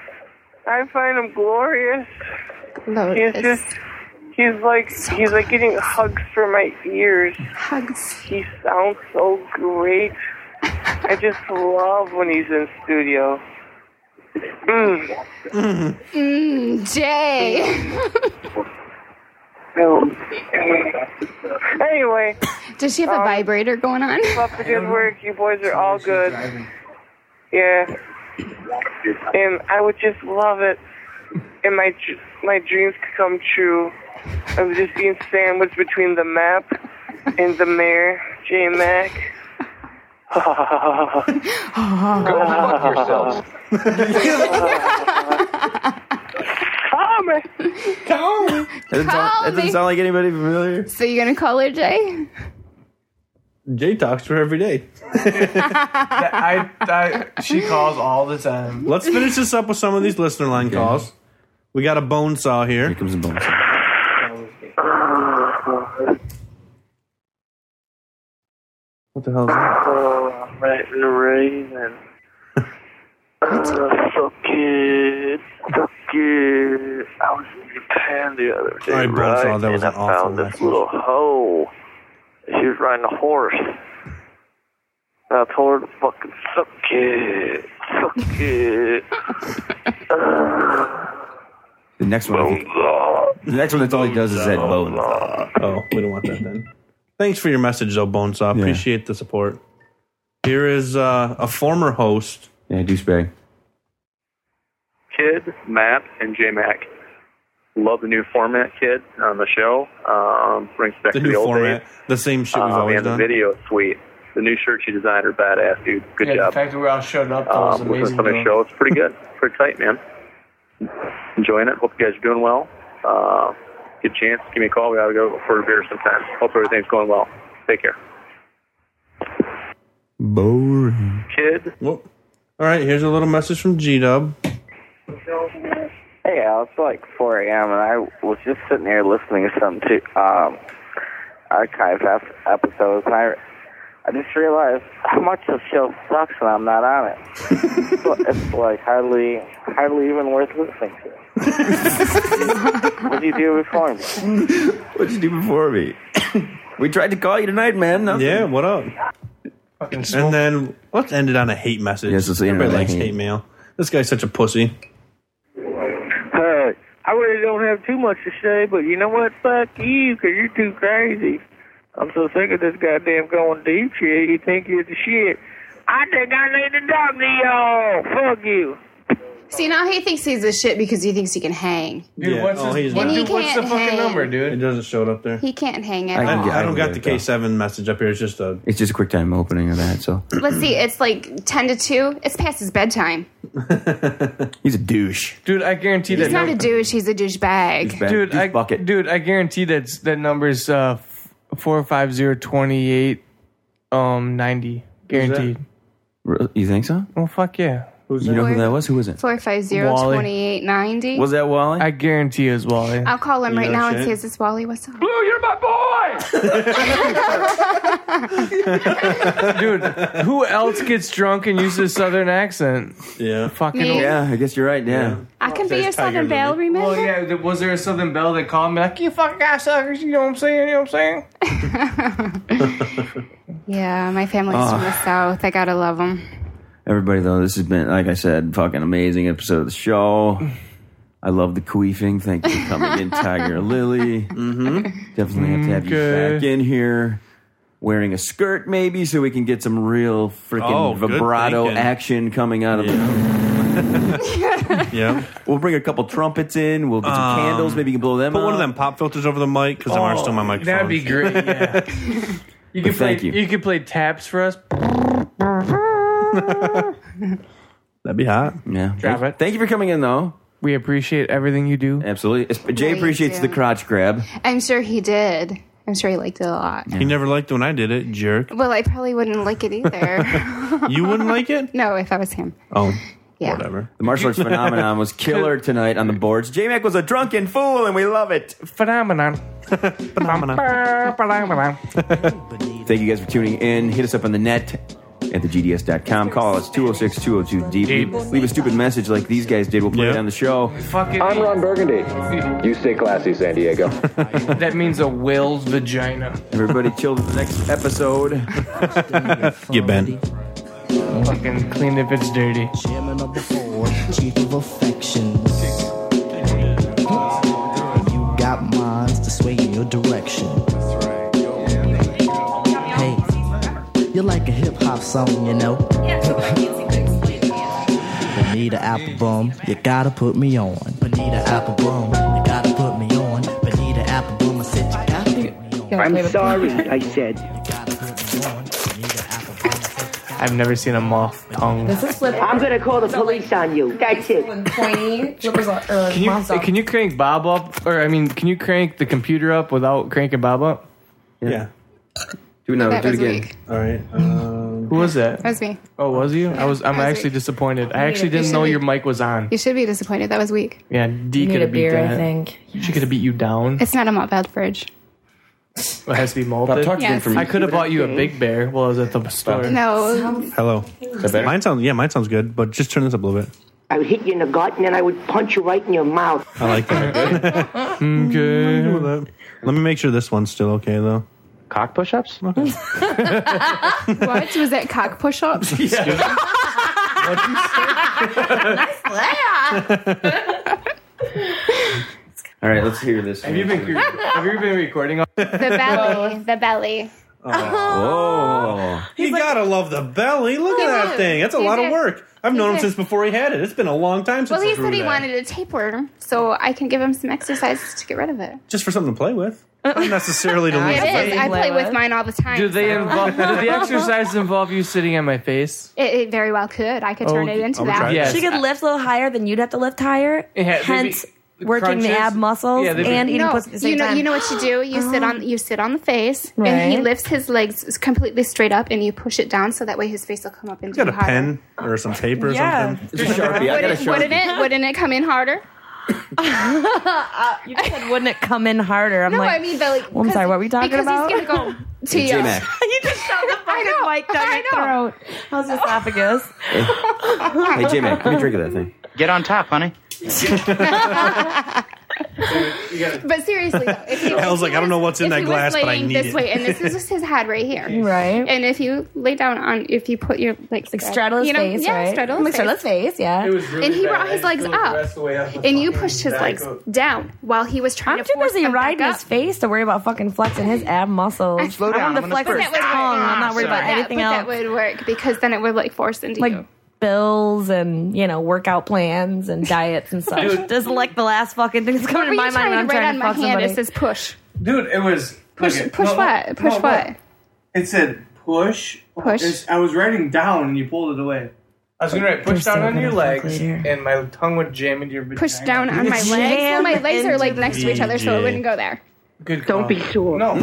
[SPEAKER 12] I find him glorious. He's
[SPEAKER 1] Lotus.
[SPEAKER 12] just, he's like, he's like getting hugs for my ears.
[SPEAKER 1] Hugs.
[SPEAKER 12] He sounds so great. I just love when he's in studio. Mm.
[SPEAKER 1] Jay.
[SPEAKER 12] No. Anyway,
[SPEAKER 1] Does she have a vibrator going on?
[SPEAKER 12] love the good work. You boys are all good. Yeah. And I would just love it. And my dr- my dreams could come true. I would just being sandwiched between the map and the mayor, J Mac. Call me.
[SPEAKER 2] that doesn't, sound,
[SPEAKER 1] Call
[SPEAKER 2] that doesn't
[SPEAKER 1] me.
[SPEAKER 2] sound like anybody familiar.
[SPEAKER 1] So you gonna call her Jay?
[SPEAKER 3] Jay talks to her every day.
[SPEAKER 5] I, I, she calls all the time.
[SPEAKER 3] Let's finish this up with some of these listener line calls. We got a bone saw
[SPEAKER 2] Here
[SPEAKER 3] here.
[SPEAKER 2] comes the bonus. What the hell is that?
[SPEAKER 12] Oh, Matt and Raven. Uh, so good, so good. I was in Japan the other day,
[SPEAKER 3] Alright, Bone Saw,
[SPEAKER 12] right?
[SPEAKER 3] that was
[SPEAKER 12] and
[SPEAKER 3] an
[SPEAKER 12] I
[SPEAKER 3] awful
[SPEAKER 12] found this
[SPEAKER 3] message.
[SPEAKER 12] little hoe. She was riding a horse. And I told her to fucking suck it, suck it.
[SPEAKER 2] The next one. I think- The next one that's all he does is that bone.
[SPEAKER 3] Oh, we don't want that then. Thanks for your message, though, bone saw. Appreciate the support. Here is uh, a former host.
[SPEAKER 2] Yeah, douchebag.
[SPEAKER 13] Kid, Matt, and J Mac. Love the new format, Kid, on the show. Um, brings back to
[SPEAKER 3] The
[SPEAKER 13] the
[SPEAKER 3] new
[SPEAKER 13] old
[SPEAKER 3] format,
[SPEAKER 13] days.
[SPEAKER 3] the same shit we've
[SPEAKER 13] Um,
[SPEAKER 3] always
[SPEAKER 13] and the
[SPEAKER 3] done.
[SPEAKER 13] video is sweet. The new shirts you designed are badass, dude. Good
[SPEAKER 5] yeah, the
[SPEAKER 13] job.
[SPEAKER 5] fact that we all showed up, that was
[SPEAKER 13] Um, listening
[SPEAKER 5] amazing.
[SPEAKER 13] to the
[SPEAKER 5] bro.
[SPEAKER 13] show, it's pretty good. pretty tight, man. Enjoying it. Hope you guys are doing well. Uh, good chance. Give me a call. We ought to go for a beer sometime. Hope everything's going well. Take care.
[SPEAKER 2] Boring.
[SPEAKER 13] Kid,
[SPEAKER 3] Whoop. All right, here's a little message from G Dub.
[SPEAKER 11] Hey, Al, it's like 4 a.m., and I was just sitting there listening to some to, um, archive ep- episodes, and I, I just realized how much the show sucks and I'm not on it. so it's like hardly, hardly even worth listening to. what do you do before me?
[SPEAKER 2] What'd you do before me? we tried to call you tonight, man. Nothing.
[SPEAKER 3] Yeah, what up? And then let's end it on a hate message.
[SPEAKER 2] Yes, let's end it
[SPEAKER 3] Everybody
[SPEAKER 2] on a
[SPEAKER 3] likes
[SPEAKER 2] hate.
[SPEAKER 3] hate mail. This guy's such a pussy.
[SPEAKER 12] don't have too much to say, but you know what? Fuck you, 'cause you're too crazy. I'm so sick of this goddamn going deep shit. You think you're the shit. I think I need to talk to y'all. Fuck you.
[SPEAKER 1] See, now he thinks he's a shit because he thinks he can hang.
[SPEAKER 3] Dude,
[SPEAKER 5] what's his-
[SPEAKER 1] And he can't hang.
[SPEAKER 3] dude? It doesn't show it up there.
[SPEAKER 1] He can't hang
[SPEAKER 3] I,
[SPEAKER 1] at all.
[SPEAKER 3] I don't got the K seven message up here. It's just a.
[SPEAKER 2] It's just a quick time opening of that. So
[SPEAKER 1] Let's see, it's like 10 to 2. It's past his bedtime.
[SPEAKER 2] he's a douche,
[SPEAKER 5] dude. I guarantee
[SPEAKER 1] He's
[SPEAKER 5] that.
[SPEAKER 1] not
[SPEAKER 5] num-
[SPEAKER 1] a douche, he's a douchebag.
[SPEAKER 5] dude, I, dude, I guarantee that that number's uh, four five zero twenty eight, um ninety guaranteed.
[SPEAKER 2] Re- you think so?
[SPEAKER 5] Well, fuck yeah.
[SPEAKER 2] Who's you know who that was? Who was it?
[SPEAKER 1] 450
[SPEAKER 2] Wally.
[SPEAKER 1] 2890.
[SPEAKER 2] Was that Wally?
[SPEAKER 5] I guarantee it was Wally.
[SPEAKER 1] I'll call him
[SPEAKER 5] You
[SPEAKER 1] right
[SPEAKER 5] know
[SPEAKER 1] now and
[SPEAKER 5] shit.
[SPEAKER 1] see, is this Wally? What's up?
[SPEAKER 6] Blue, you're my boy!
[SPEAKER 5] dude, who else gets drunk and uses a southern accent?
[SPEAKER 3] Yeah,
[SPEAKER 5] fucking
[SPEAKER 1] Me. Yeah,
[SPEAKER 2] I guess you're right. Yeah,
[SPEAKER 1] I can be
[SPEAKER 5] There's
[SPEAKER 1] your Southern
[SPEAKER 5] Tiger
[SPEAKER 1] Belle, remember?
[SPEAKER 5] Well, yeah. th- Was there a Southern Belle that called me like you fuck ass suckers? You know what I'm saying? You know what I'm saying?
[SPEAKER 1] Yeah, my family's from the South. I gotta love them.
[SPEAKER 2] Everybody, though, this has been, like I said, fucking amazing episode of the show. I love the queefing. Thank you for coming in, Tiger Lily. Mm-hmm. Definitely have to have you
[SPEAKER 5] Okay.
[SPEAKER 2] back in here. Wearing a skirt, maybe, so we can get some real freaking
[SPEAKER 3] Oh, good
[SPEAKER 2] vibrato
[SPEAKER 3] thinking.
[SPEAKER 2] action coming out of the.
[SPEAKER 3] yeah.
[SPEAKER 2] We'll bring a couple trumpets in. We'll get some
[SPEAKER 3] Um,
[SPEAKER 2] candles. Maybe you can blow them
[SPEAKER 3] Put
[SPEAKER 2] out.
[SPEAKER 3] one of them pop filters over the mic because there aren't still my microphone.
[SPEAKER 5] That'd be great. Yeah. you
[SPEAKER 2] But
[SPEAKER 5] could play.
[SPEAKER 2] thank you.
[SPEAKER 5] You could play taps for us.
[SPEAKER 3] That'd be hot.
[SPEAKER 2] Yeah.
[SPEAKER 5] Drop
[SPEAKER 2] thank, Thank you for coming in, though.
[SPEAKER 5] We appreciate everything you do.
[SPEAKER 2] Absolutely. It's- Jay
[SPEAKER 1] Yeah, you
[SPEAKER 2] appreciates
[SPEAKER 1] do.
[SPEAKER 2] the crotch grab.
[SPEAKER 1] I'm sure he did. I'm sure he liked it a lot.
[SPEAKER 3] He never liked it when I did it, jerk.
[SPEAKER 1] Well, I probably wouldn't like it either.
[SPEAKER 3] You wouldn't like it?
[SPEAKER 1] no, if I was him.
[SPEAKER 3] Oh,
[SPEAKER 1] Yeah.
[SPEAKER 3] whatever.
[SPEAKER 2] The martial arts phenomenon was killer tonight on the boards. J Mac was a drunken fool, and we love it.
[SPEAKER 5] Phenomenon. Phenomenon.
[SPEAKER 2] Thank you guys for tuning in. Hit us up on the net at thegds.com. Call us 206 202 Deep. Leave a stupid message like these guys did. We'll play it on the show.
[SPEAKER 5] Fucking.
[SPEAKER 7] I'm Ron Burgundy. You stay classy, San Diego.
[SPEAKER 5] that means a whale's vagina.
[SPEAKER 2] Everybody, till the next episode.
[SPEAKER 3] you Ben.
[SPEAKER 5] Fucking clean if it's dirty.
[SPEAKER 14] Chairman of the board, chief of affections. You got minds to sway in your direction. Hey, you're like a hip hop song, you know. Bonita Applebum, you gotta put me on. Bonita Applebum, you gotta put me on. Bonita Applebum, I said you gotta put me on.
[SPEAKER 9] I'm sorry, I said.
[SPEAKER 5] I've never seen a moth tongue.
[SPEAKER 9] I'm gonna call the police on you. That's it. Pointy,
[SPEAKER 15] uh,
[SPEAKER 5] Can you can you crank Bob up, or I mean, can you crank the computer up without cranking Bob up?
[SPEAKER 3] Yeah.
[SPEAKER 2] Do it now.
[SPEAKER 1] That
[SPEAKER 2] do it
[SPEAKER 1] was
[SPEAKER 2] again.
[SPEAKER 1] weak.
[SPEAKER 3] All right. Um,
[SPEAKER 5] Who was that?
[SPEAKER 1] That was me.
[SPEAKER 5] Oh, was you? I was. I'm actually disappointed. I actually
[SPEAKER 1] You
[SPEAKER 5] didn't
[SPEAKER 1] should
[SPEAKER 5] know
[SPEAKER 1] be-
[SPEAKER 5] your mic was on.
[SPEAKER 1] You should be disappointed. That was weak.
[SPEAKER 5] Yeah, D
[SPEAKER 1] You need
[SPEAKER 5] could
[SPEAKER 1] a
[SPEAKER 5] have beat
[SPEAKER 1] beer, I
[SPEAKER 5] that.
[SPEAKER 1] think.
[SPEAKER 5] She could have beat you down.
[SPEAKER 1] It's not a malt beverage.
[SPEAKER 5] It has to be malted.
[SPEAKER 1] talk to them Yes. for me.
[SPEAKER 5] I could have bought you a big bear while I was at the store.
[SPEAKER 1] No.
[SPEAKER 3] Hello. Mine sounds yeah, mine sounds good, but just turn this up a little bit.
[SPEAKER 9] I would hit you in the gut and then I would punch you right in your mouth.
[SPEAKER 3] I like that. okay. Let me make sure this one's still okay though. Cock push-ups.
[SPEAKER 1] what? Was that cock push ups?
[SPEAKER 2] All right, let's hear this.
[SPEAKER 5] Have you been have you been recording?
[SPEAKER 1] The belly. The belly.
[SPEAKER 2] Whoa.
[SPEAKER 3] You gotta love the belly. Look at that
[SPEAKER 1] Dude,
[SPEAKER 3] thing. That's a
[SPEAKER 1] Oh, he's
[SPEAKER 3] lot
[SPEAKER 1] a-
[SPEAKER 3] of work. I've known him
[SPEAKER 1] he's a-
[SPEAKER 3] since before he had it. It's been a long time since
[SPEAKER 1] Well, he
[SPEAKER 3] I grew
[SPEAKER 1] said he
[SPEAKER 3] that.
[SPEAKER 1] wanted a tapeworm, so I can give him some exercises to get rid of it.
[SPEAKER 3] just for something to play with, not necessarily to
[SPEAKER 1] It
[SPEAKER 3] lose
[SPEAKER 1] is.
[SPEAKER 3] weight.
[SPEAKER 1] I play with mine all the time.
[SPEAKER 5] Do they
[SPEAKER 1] so-
[SPEAKER 5] involve? Do the exercise involve you sitting on my face?
[SPEAKER 1] It, it very well could. I could turn
[SPEAKER 5] Oh,
[SPEAKER 1] it into
[SPEAKER 5] I'll
[SPEAKER 1] that.
[SPEAKER 5] try Yes.
[SPEAKER 15] She could lift a little higher than you'd have to lift higher.
[SPEAKER 5] Yeah, they'd be-
[SPEAKER 15] hence, working the
[SPEAKER 5] crunches.
[SPEAKER 15] ab muscles
[SPEAKER 5] Yeah, they'd be-
[SPEAKER 15] and eating
[SPEAKER 1] No,
[SPEAKER 15] pussy at the same
[SPEAKER 1] you know,
[SPEAKER 15] time. Oh.
[SPEAKER 1] you know what you do. You sit on, you sit on the face, and he
[SPEAKER 15] Right.
[SPEAKER 1] lifts his legs completely straight up, and you push it down so that way his face will come up into
[SPEAKER 3] Got
[SPEAKER 1] the
[SPEAKER 3] a
[SPEAKER 1] harder.
[SPEAKER 3] pen or some tape or
[SPEAKER 1] Yeah.
[SPEAKER 3] something.
[SPEAKER 2] It's a sharpie. I got a
[SPEAKER 1] Wouldn't, wouldn't it? Wouldn't it come in harder?
[SPEAKER 15] Uh, you just said, wouldn't it come in harder? I'm
[SPEAKER 1] no,
[SPEAKER 15] like,
[SPEAKER 1] I mean, but like,
[SPEAKER 15] well, I'm sorry, what were we talking
[SPEAKER 1] because
[SPEAKER 15] about?
[SPEAKER 1] he's gonna go to
[SPEAKER 15] Hey,
[SPEAKER 1] you.
[SPEAKER 15] J-Mac.
[SPEAKER 1] you just shot the fucking mic down my
[SPEAKER 15] throat. How's esophagus?
[SPEAKER 2] Hey, J Mac, let me drink of that thing.
[SPEAKER 10] Get on top, honey.
[SPEAKER 5] You gotta-
[SPEAKER 1] But seriously, though, if he,
[SPEAKER 3] I was like, I don't know what's in
[SPEAKER 1] if
[SPEAKER 3] that
[SPEAKER 1] he
[SPEAKER 3] glass,
[SPEAKER 1] was
[SPEAKER 3] but I
[SPEAKER 1] laying
[SPEAKER 3] need
[SPEAKER 1] this
[SPEAKER 3] it.
[SPEAKER 1] way, and this is just his head right here,
[SPEAKER 15] right?
[SPEAKER 1] And if you lay down on, if you put your like,
[SPEAKER 15] Like straddle his
[SPEAKER 1] you know,
[SPEAKER 15] face,
[SPEAKER 1] yeah,
[SPEAKER 15] right?
[SPEAKER 1] straddle his
[SPEAKER 15] Like
[SPEAKER 1] face.
[SPEAKER 15] straddle his face, yeah. It was really
[SPEAKER 1] and he
[SPEAKER 15] bad.
[SPEAKER 1] brought
[SPEAKER 15] I
[SPEAKER 1] his legs
[SPEAKER 15] feel like the
[SPEAKER 1] up,
[SPEAKER 15] rest of the way up was
[SPEAKER 1] and you pushed his
[SPEAKER 15] back
[SPEAKER 1] legs
[SPEAKER 15] up.
[SPEAKER 1] down while he was trying
[SPEAKER 15] I'm
[SPEAKER 1] to
[SPEAKER 15] too
[SPEAKER 1] force
[SPEAKER 15] busy
[SPEAKER 1] them back
[SPEAKER 15] riding
[SPEAKER 1] up.
[SPEAKER 15] his face to worry about fucking flexing his ab muscles.
[SPEAKER 1] Slow
[SPEAKER 15] I want
[SPEAKER 1] down,
[SPEAKER 15] him
[SPEAKER 1] I'm
[SPEAKER 15] to
[SPEAKER 1] gonna
[SPEAKER 15] flex
[SPEAKER 1] first.
[SPEAKER 15] his tongue. I'm not worried about
[SPEAKER 1] Yeah,
[SPEAKER 15] anything
[SPEAKER 1] but
[SPEAKER 15] else.
[SPEAKER 1] That would work because then it would like force into
[SPEAKER 15] like
[SPEAKER 1] you.
[SPEAKER 15] bills and you know workout plans and diets and such.
[SPEAKER 5] Dude.
[SPEAKER 15] Doesn't like the last fucking thing that's coming to my
[SPEAKER 1] What were you
[SPEAKER 15] mind when I'm
[SPEAKER 1] trying to write
[SPEAKER 15] trying
[SPEAKER 1] on
[SPEAKER 15] to
[SPEAKER 1] my
[SPEAKER 15] fuck
[SPEAKER 1] hand?
[SPEAKER 15] somebody.
[SPEAKER 1] It says push.
[SPEAKER 5] Dude, it was
[SPEAKER 1] Push-
[SPEAKER 5] okay,
[SPEAKER 1] push
[SPEAKER 5] no,
[SPEAKER 1] what?
[SPEAKER 5] no,
[SPEAKER 1] Push
[SPEAKER 5] no,
[SPEAKER 1] what?
[SPEAKER 5] It said push.
[SPEAKER 1] Push.
[SPEAKER 5] It's- I was writing down and you pulled it away. I was gonna write push down on your legs and my tongue would jam into your vagina.
[SPEAKER 1] Push down on my legs. Well,
[SPEAKER 15] Jam
[SPEAKER 1] my legs are like
[SPEAKER 5] into
[SPEAKER 1] next to each other, so it
[SPEAKER 5] VJ.
[SPEAKER 1] wouldn't go there.
[SPEAKER 5] Good Don't be sure. No.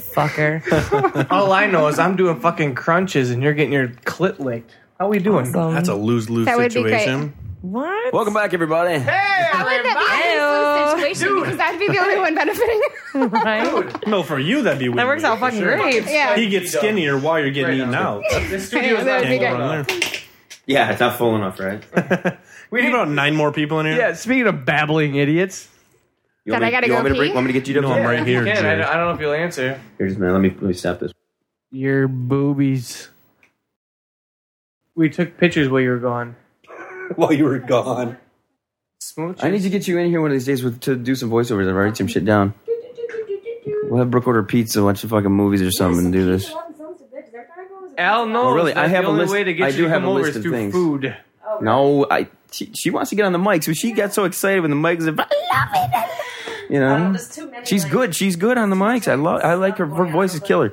[SPEAKER 15] Fucker.
[SPEAKER 5] All I know is I'm doing fucking crunches and you're getting your clit licked. How we doing?
[SPEAKER 3] That's a lose lose
[SPEAKER 1] That would be great.
[SPEAKER 3] situation.
[SPEAKER 15] What?
[SPEAKER 2] Welcome back, everybody.
[SPEAKER 1] How would that be a lose-lose situation? Because that'd be the only one benefiting.
[SPEAKER 3] No, for you that'd be weird.
[SPEAKER 15] works out fucking great.
[SPEAKER 1] Yeah.
[SPEAKER 3] He gets skinnier while you're getting eaten out.
[SPEAKER 5] The studio's
[SPEAKER 1] That would be good.
[SPEAKER 5] not full enough.
[SPEAKER 2] Yeah, it's not full enough, right?
[SPEAKER 3] We need about nine more people in here.
[SPEAKER 5] Yeah, speaking of babbling idiots.
[SPEAKER 2] You
[SPEAKER 1] Dad,
[SPEAKER 2] want me,
[SPEAKER 1] I gotta
[SPEAKER 2] you want
[SPEAKER 1] go
[SPEAKER 2] me to break?
[SPEAKER 1] pee?
[SPEAKER 2] Want me to get you to?
[SPEAKER 3] No, I'm right here.
[SPEAKER 5] You can. I,
[SPEAKER 3] Jerry.
[SPEAKER 5] don't, I don't know if you'll answer.
[SPEAKER 2] Here, just a minute. Let me let me stop this.
[SPEAKER 5] Your boobies. We took pictures while you were gone.
[SPEAKER 2] While you were gone,
[SPEAKER 5] Smooches.
[SPEAKER 2] I need to get you in here one of these days with, to do some voiceovers and write some shit down. We'll have Brooke order pizza, watch the fucking movies or something, and do this.
[SPEAKER 5] Al knows.
[SPEAKER 2] Well, Oh, really,
[SPEAKER 5] that
[SPEAKER 2] I have
[SPEAKER 5] the
[SPEAKER 2] a
[SPEAKER 5] only
[SPEAKER 2] list-
[SPEAKER 5] way to get
[SPEAKER 2] I
[SPEAKER 5] you
[SPEAKER 2] do
[SPEAKER 5] to
[SPEAKER 2] have
[SPEAKER 5] come
[SPEAKER 2] a
[SPEAKER 5] over
[SPEAKER 2] list
[SPEAKER 5] is
[SPEAKER 2] of
[SPEAKER 5] through
[SPEAKER 2] things.
[SPEAKER 5] food.
[SPEAKER 2] No, I. She, she wants to get on the mics, but she got so excited when the mics. Are, you know, she's good. She's good on the mics. I love. I like her. Her voice is killer.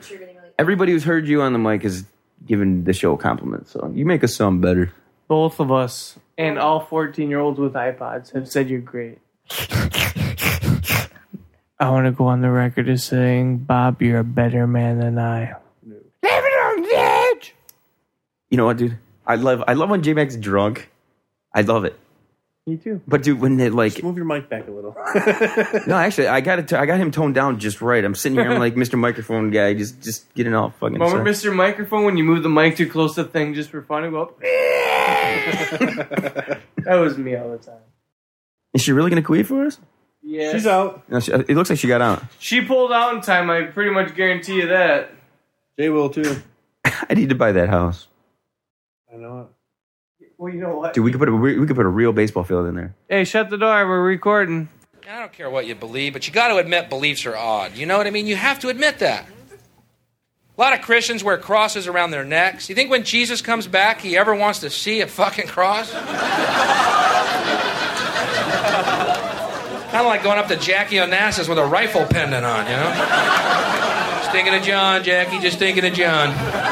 [SPEAKER 2] Everybody who's heard you on the mic is giving the show compliments. So you make us sound better.
[SPEAKER 5] Both of us and all 14 year olds with iPods have said you're great. I want to go on the record as saying, Bob, you're a better man than I.
[SPEAKER 2] You know what, dude? I love. I love when J Mac's drunk. I love it.
[SPEAKER 5] Me too.
[SPEAKER 2] But dude, when they like,
[SPEAKER 3] Move your mic back a little.
[SPEAKER 2] no, actually, I got it. I got him toned down just right. I'm sitting here. I'm like Mr. Microphone guy, just just getting all fucking.
[SPEAKER 5] Remember,
[SPEAKER 2] sorry.
[SPEAKER 5] Mr. Microphone, when you move the mic too close to the thing just for fun, it go up. that was me all the time.
[SPEAKER 2] Is she really gonna queef for us?
[SPEAKER 5] Yeah.
[SPEAKER 3] She's out.
[SPEAKER 2] No, she, it looks like she got out.
[SPEAKER 5] She pulled out in time, I pretty much guarantee you that.
[SPEAKER 3] Jay will too.
[SPEAKER 2] I need to buy that house.
[SPEAKER 3] I know
[SPEAKER 5] Well, you know what?
[SPEAKER 2] Dude, we could put a we, we could put a real baseball field in there.
[SPEAKER 5] Hey, shut the door. We're recording.
[SPEAKER 16] I don't care what you believe, but you got to admit beliefs are odd. You know what I mean? You have to admit that. A lot of Christians wear crosses around their necks. You think when Jesus comes back, he ever wants to see a fucking cross? kind of like going up to Jackie Onassis with a rifle pendant on, you know? just thinking of John, Jackie, just thinking of John.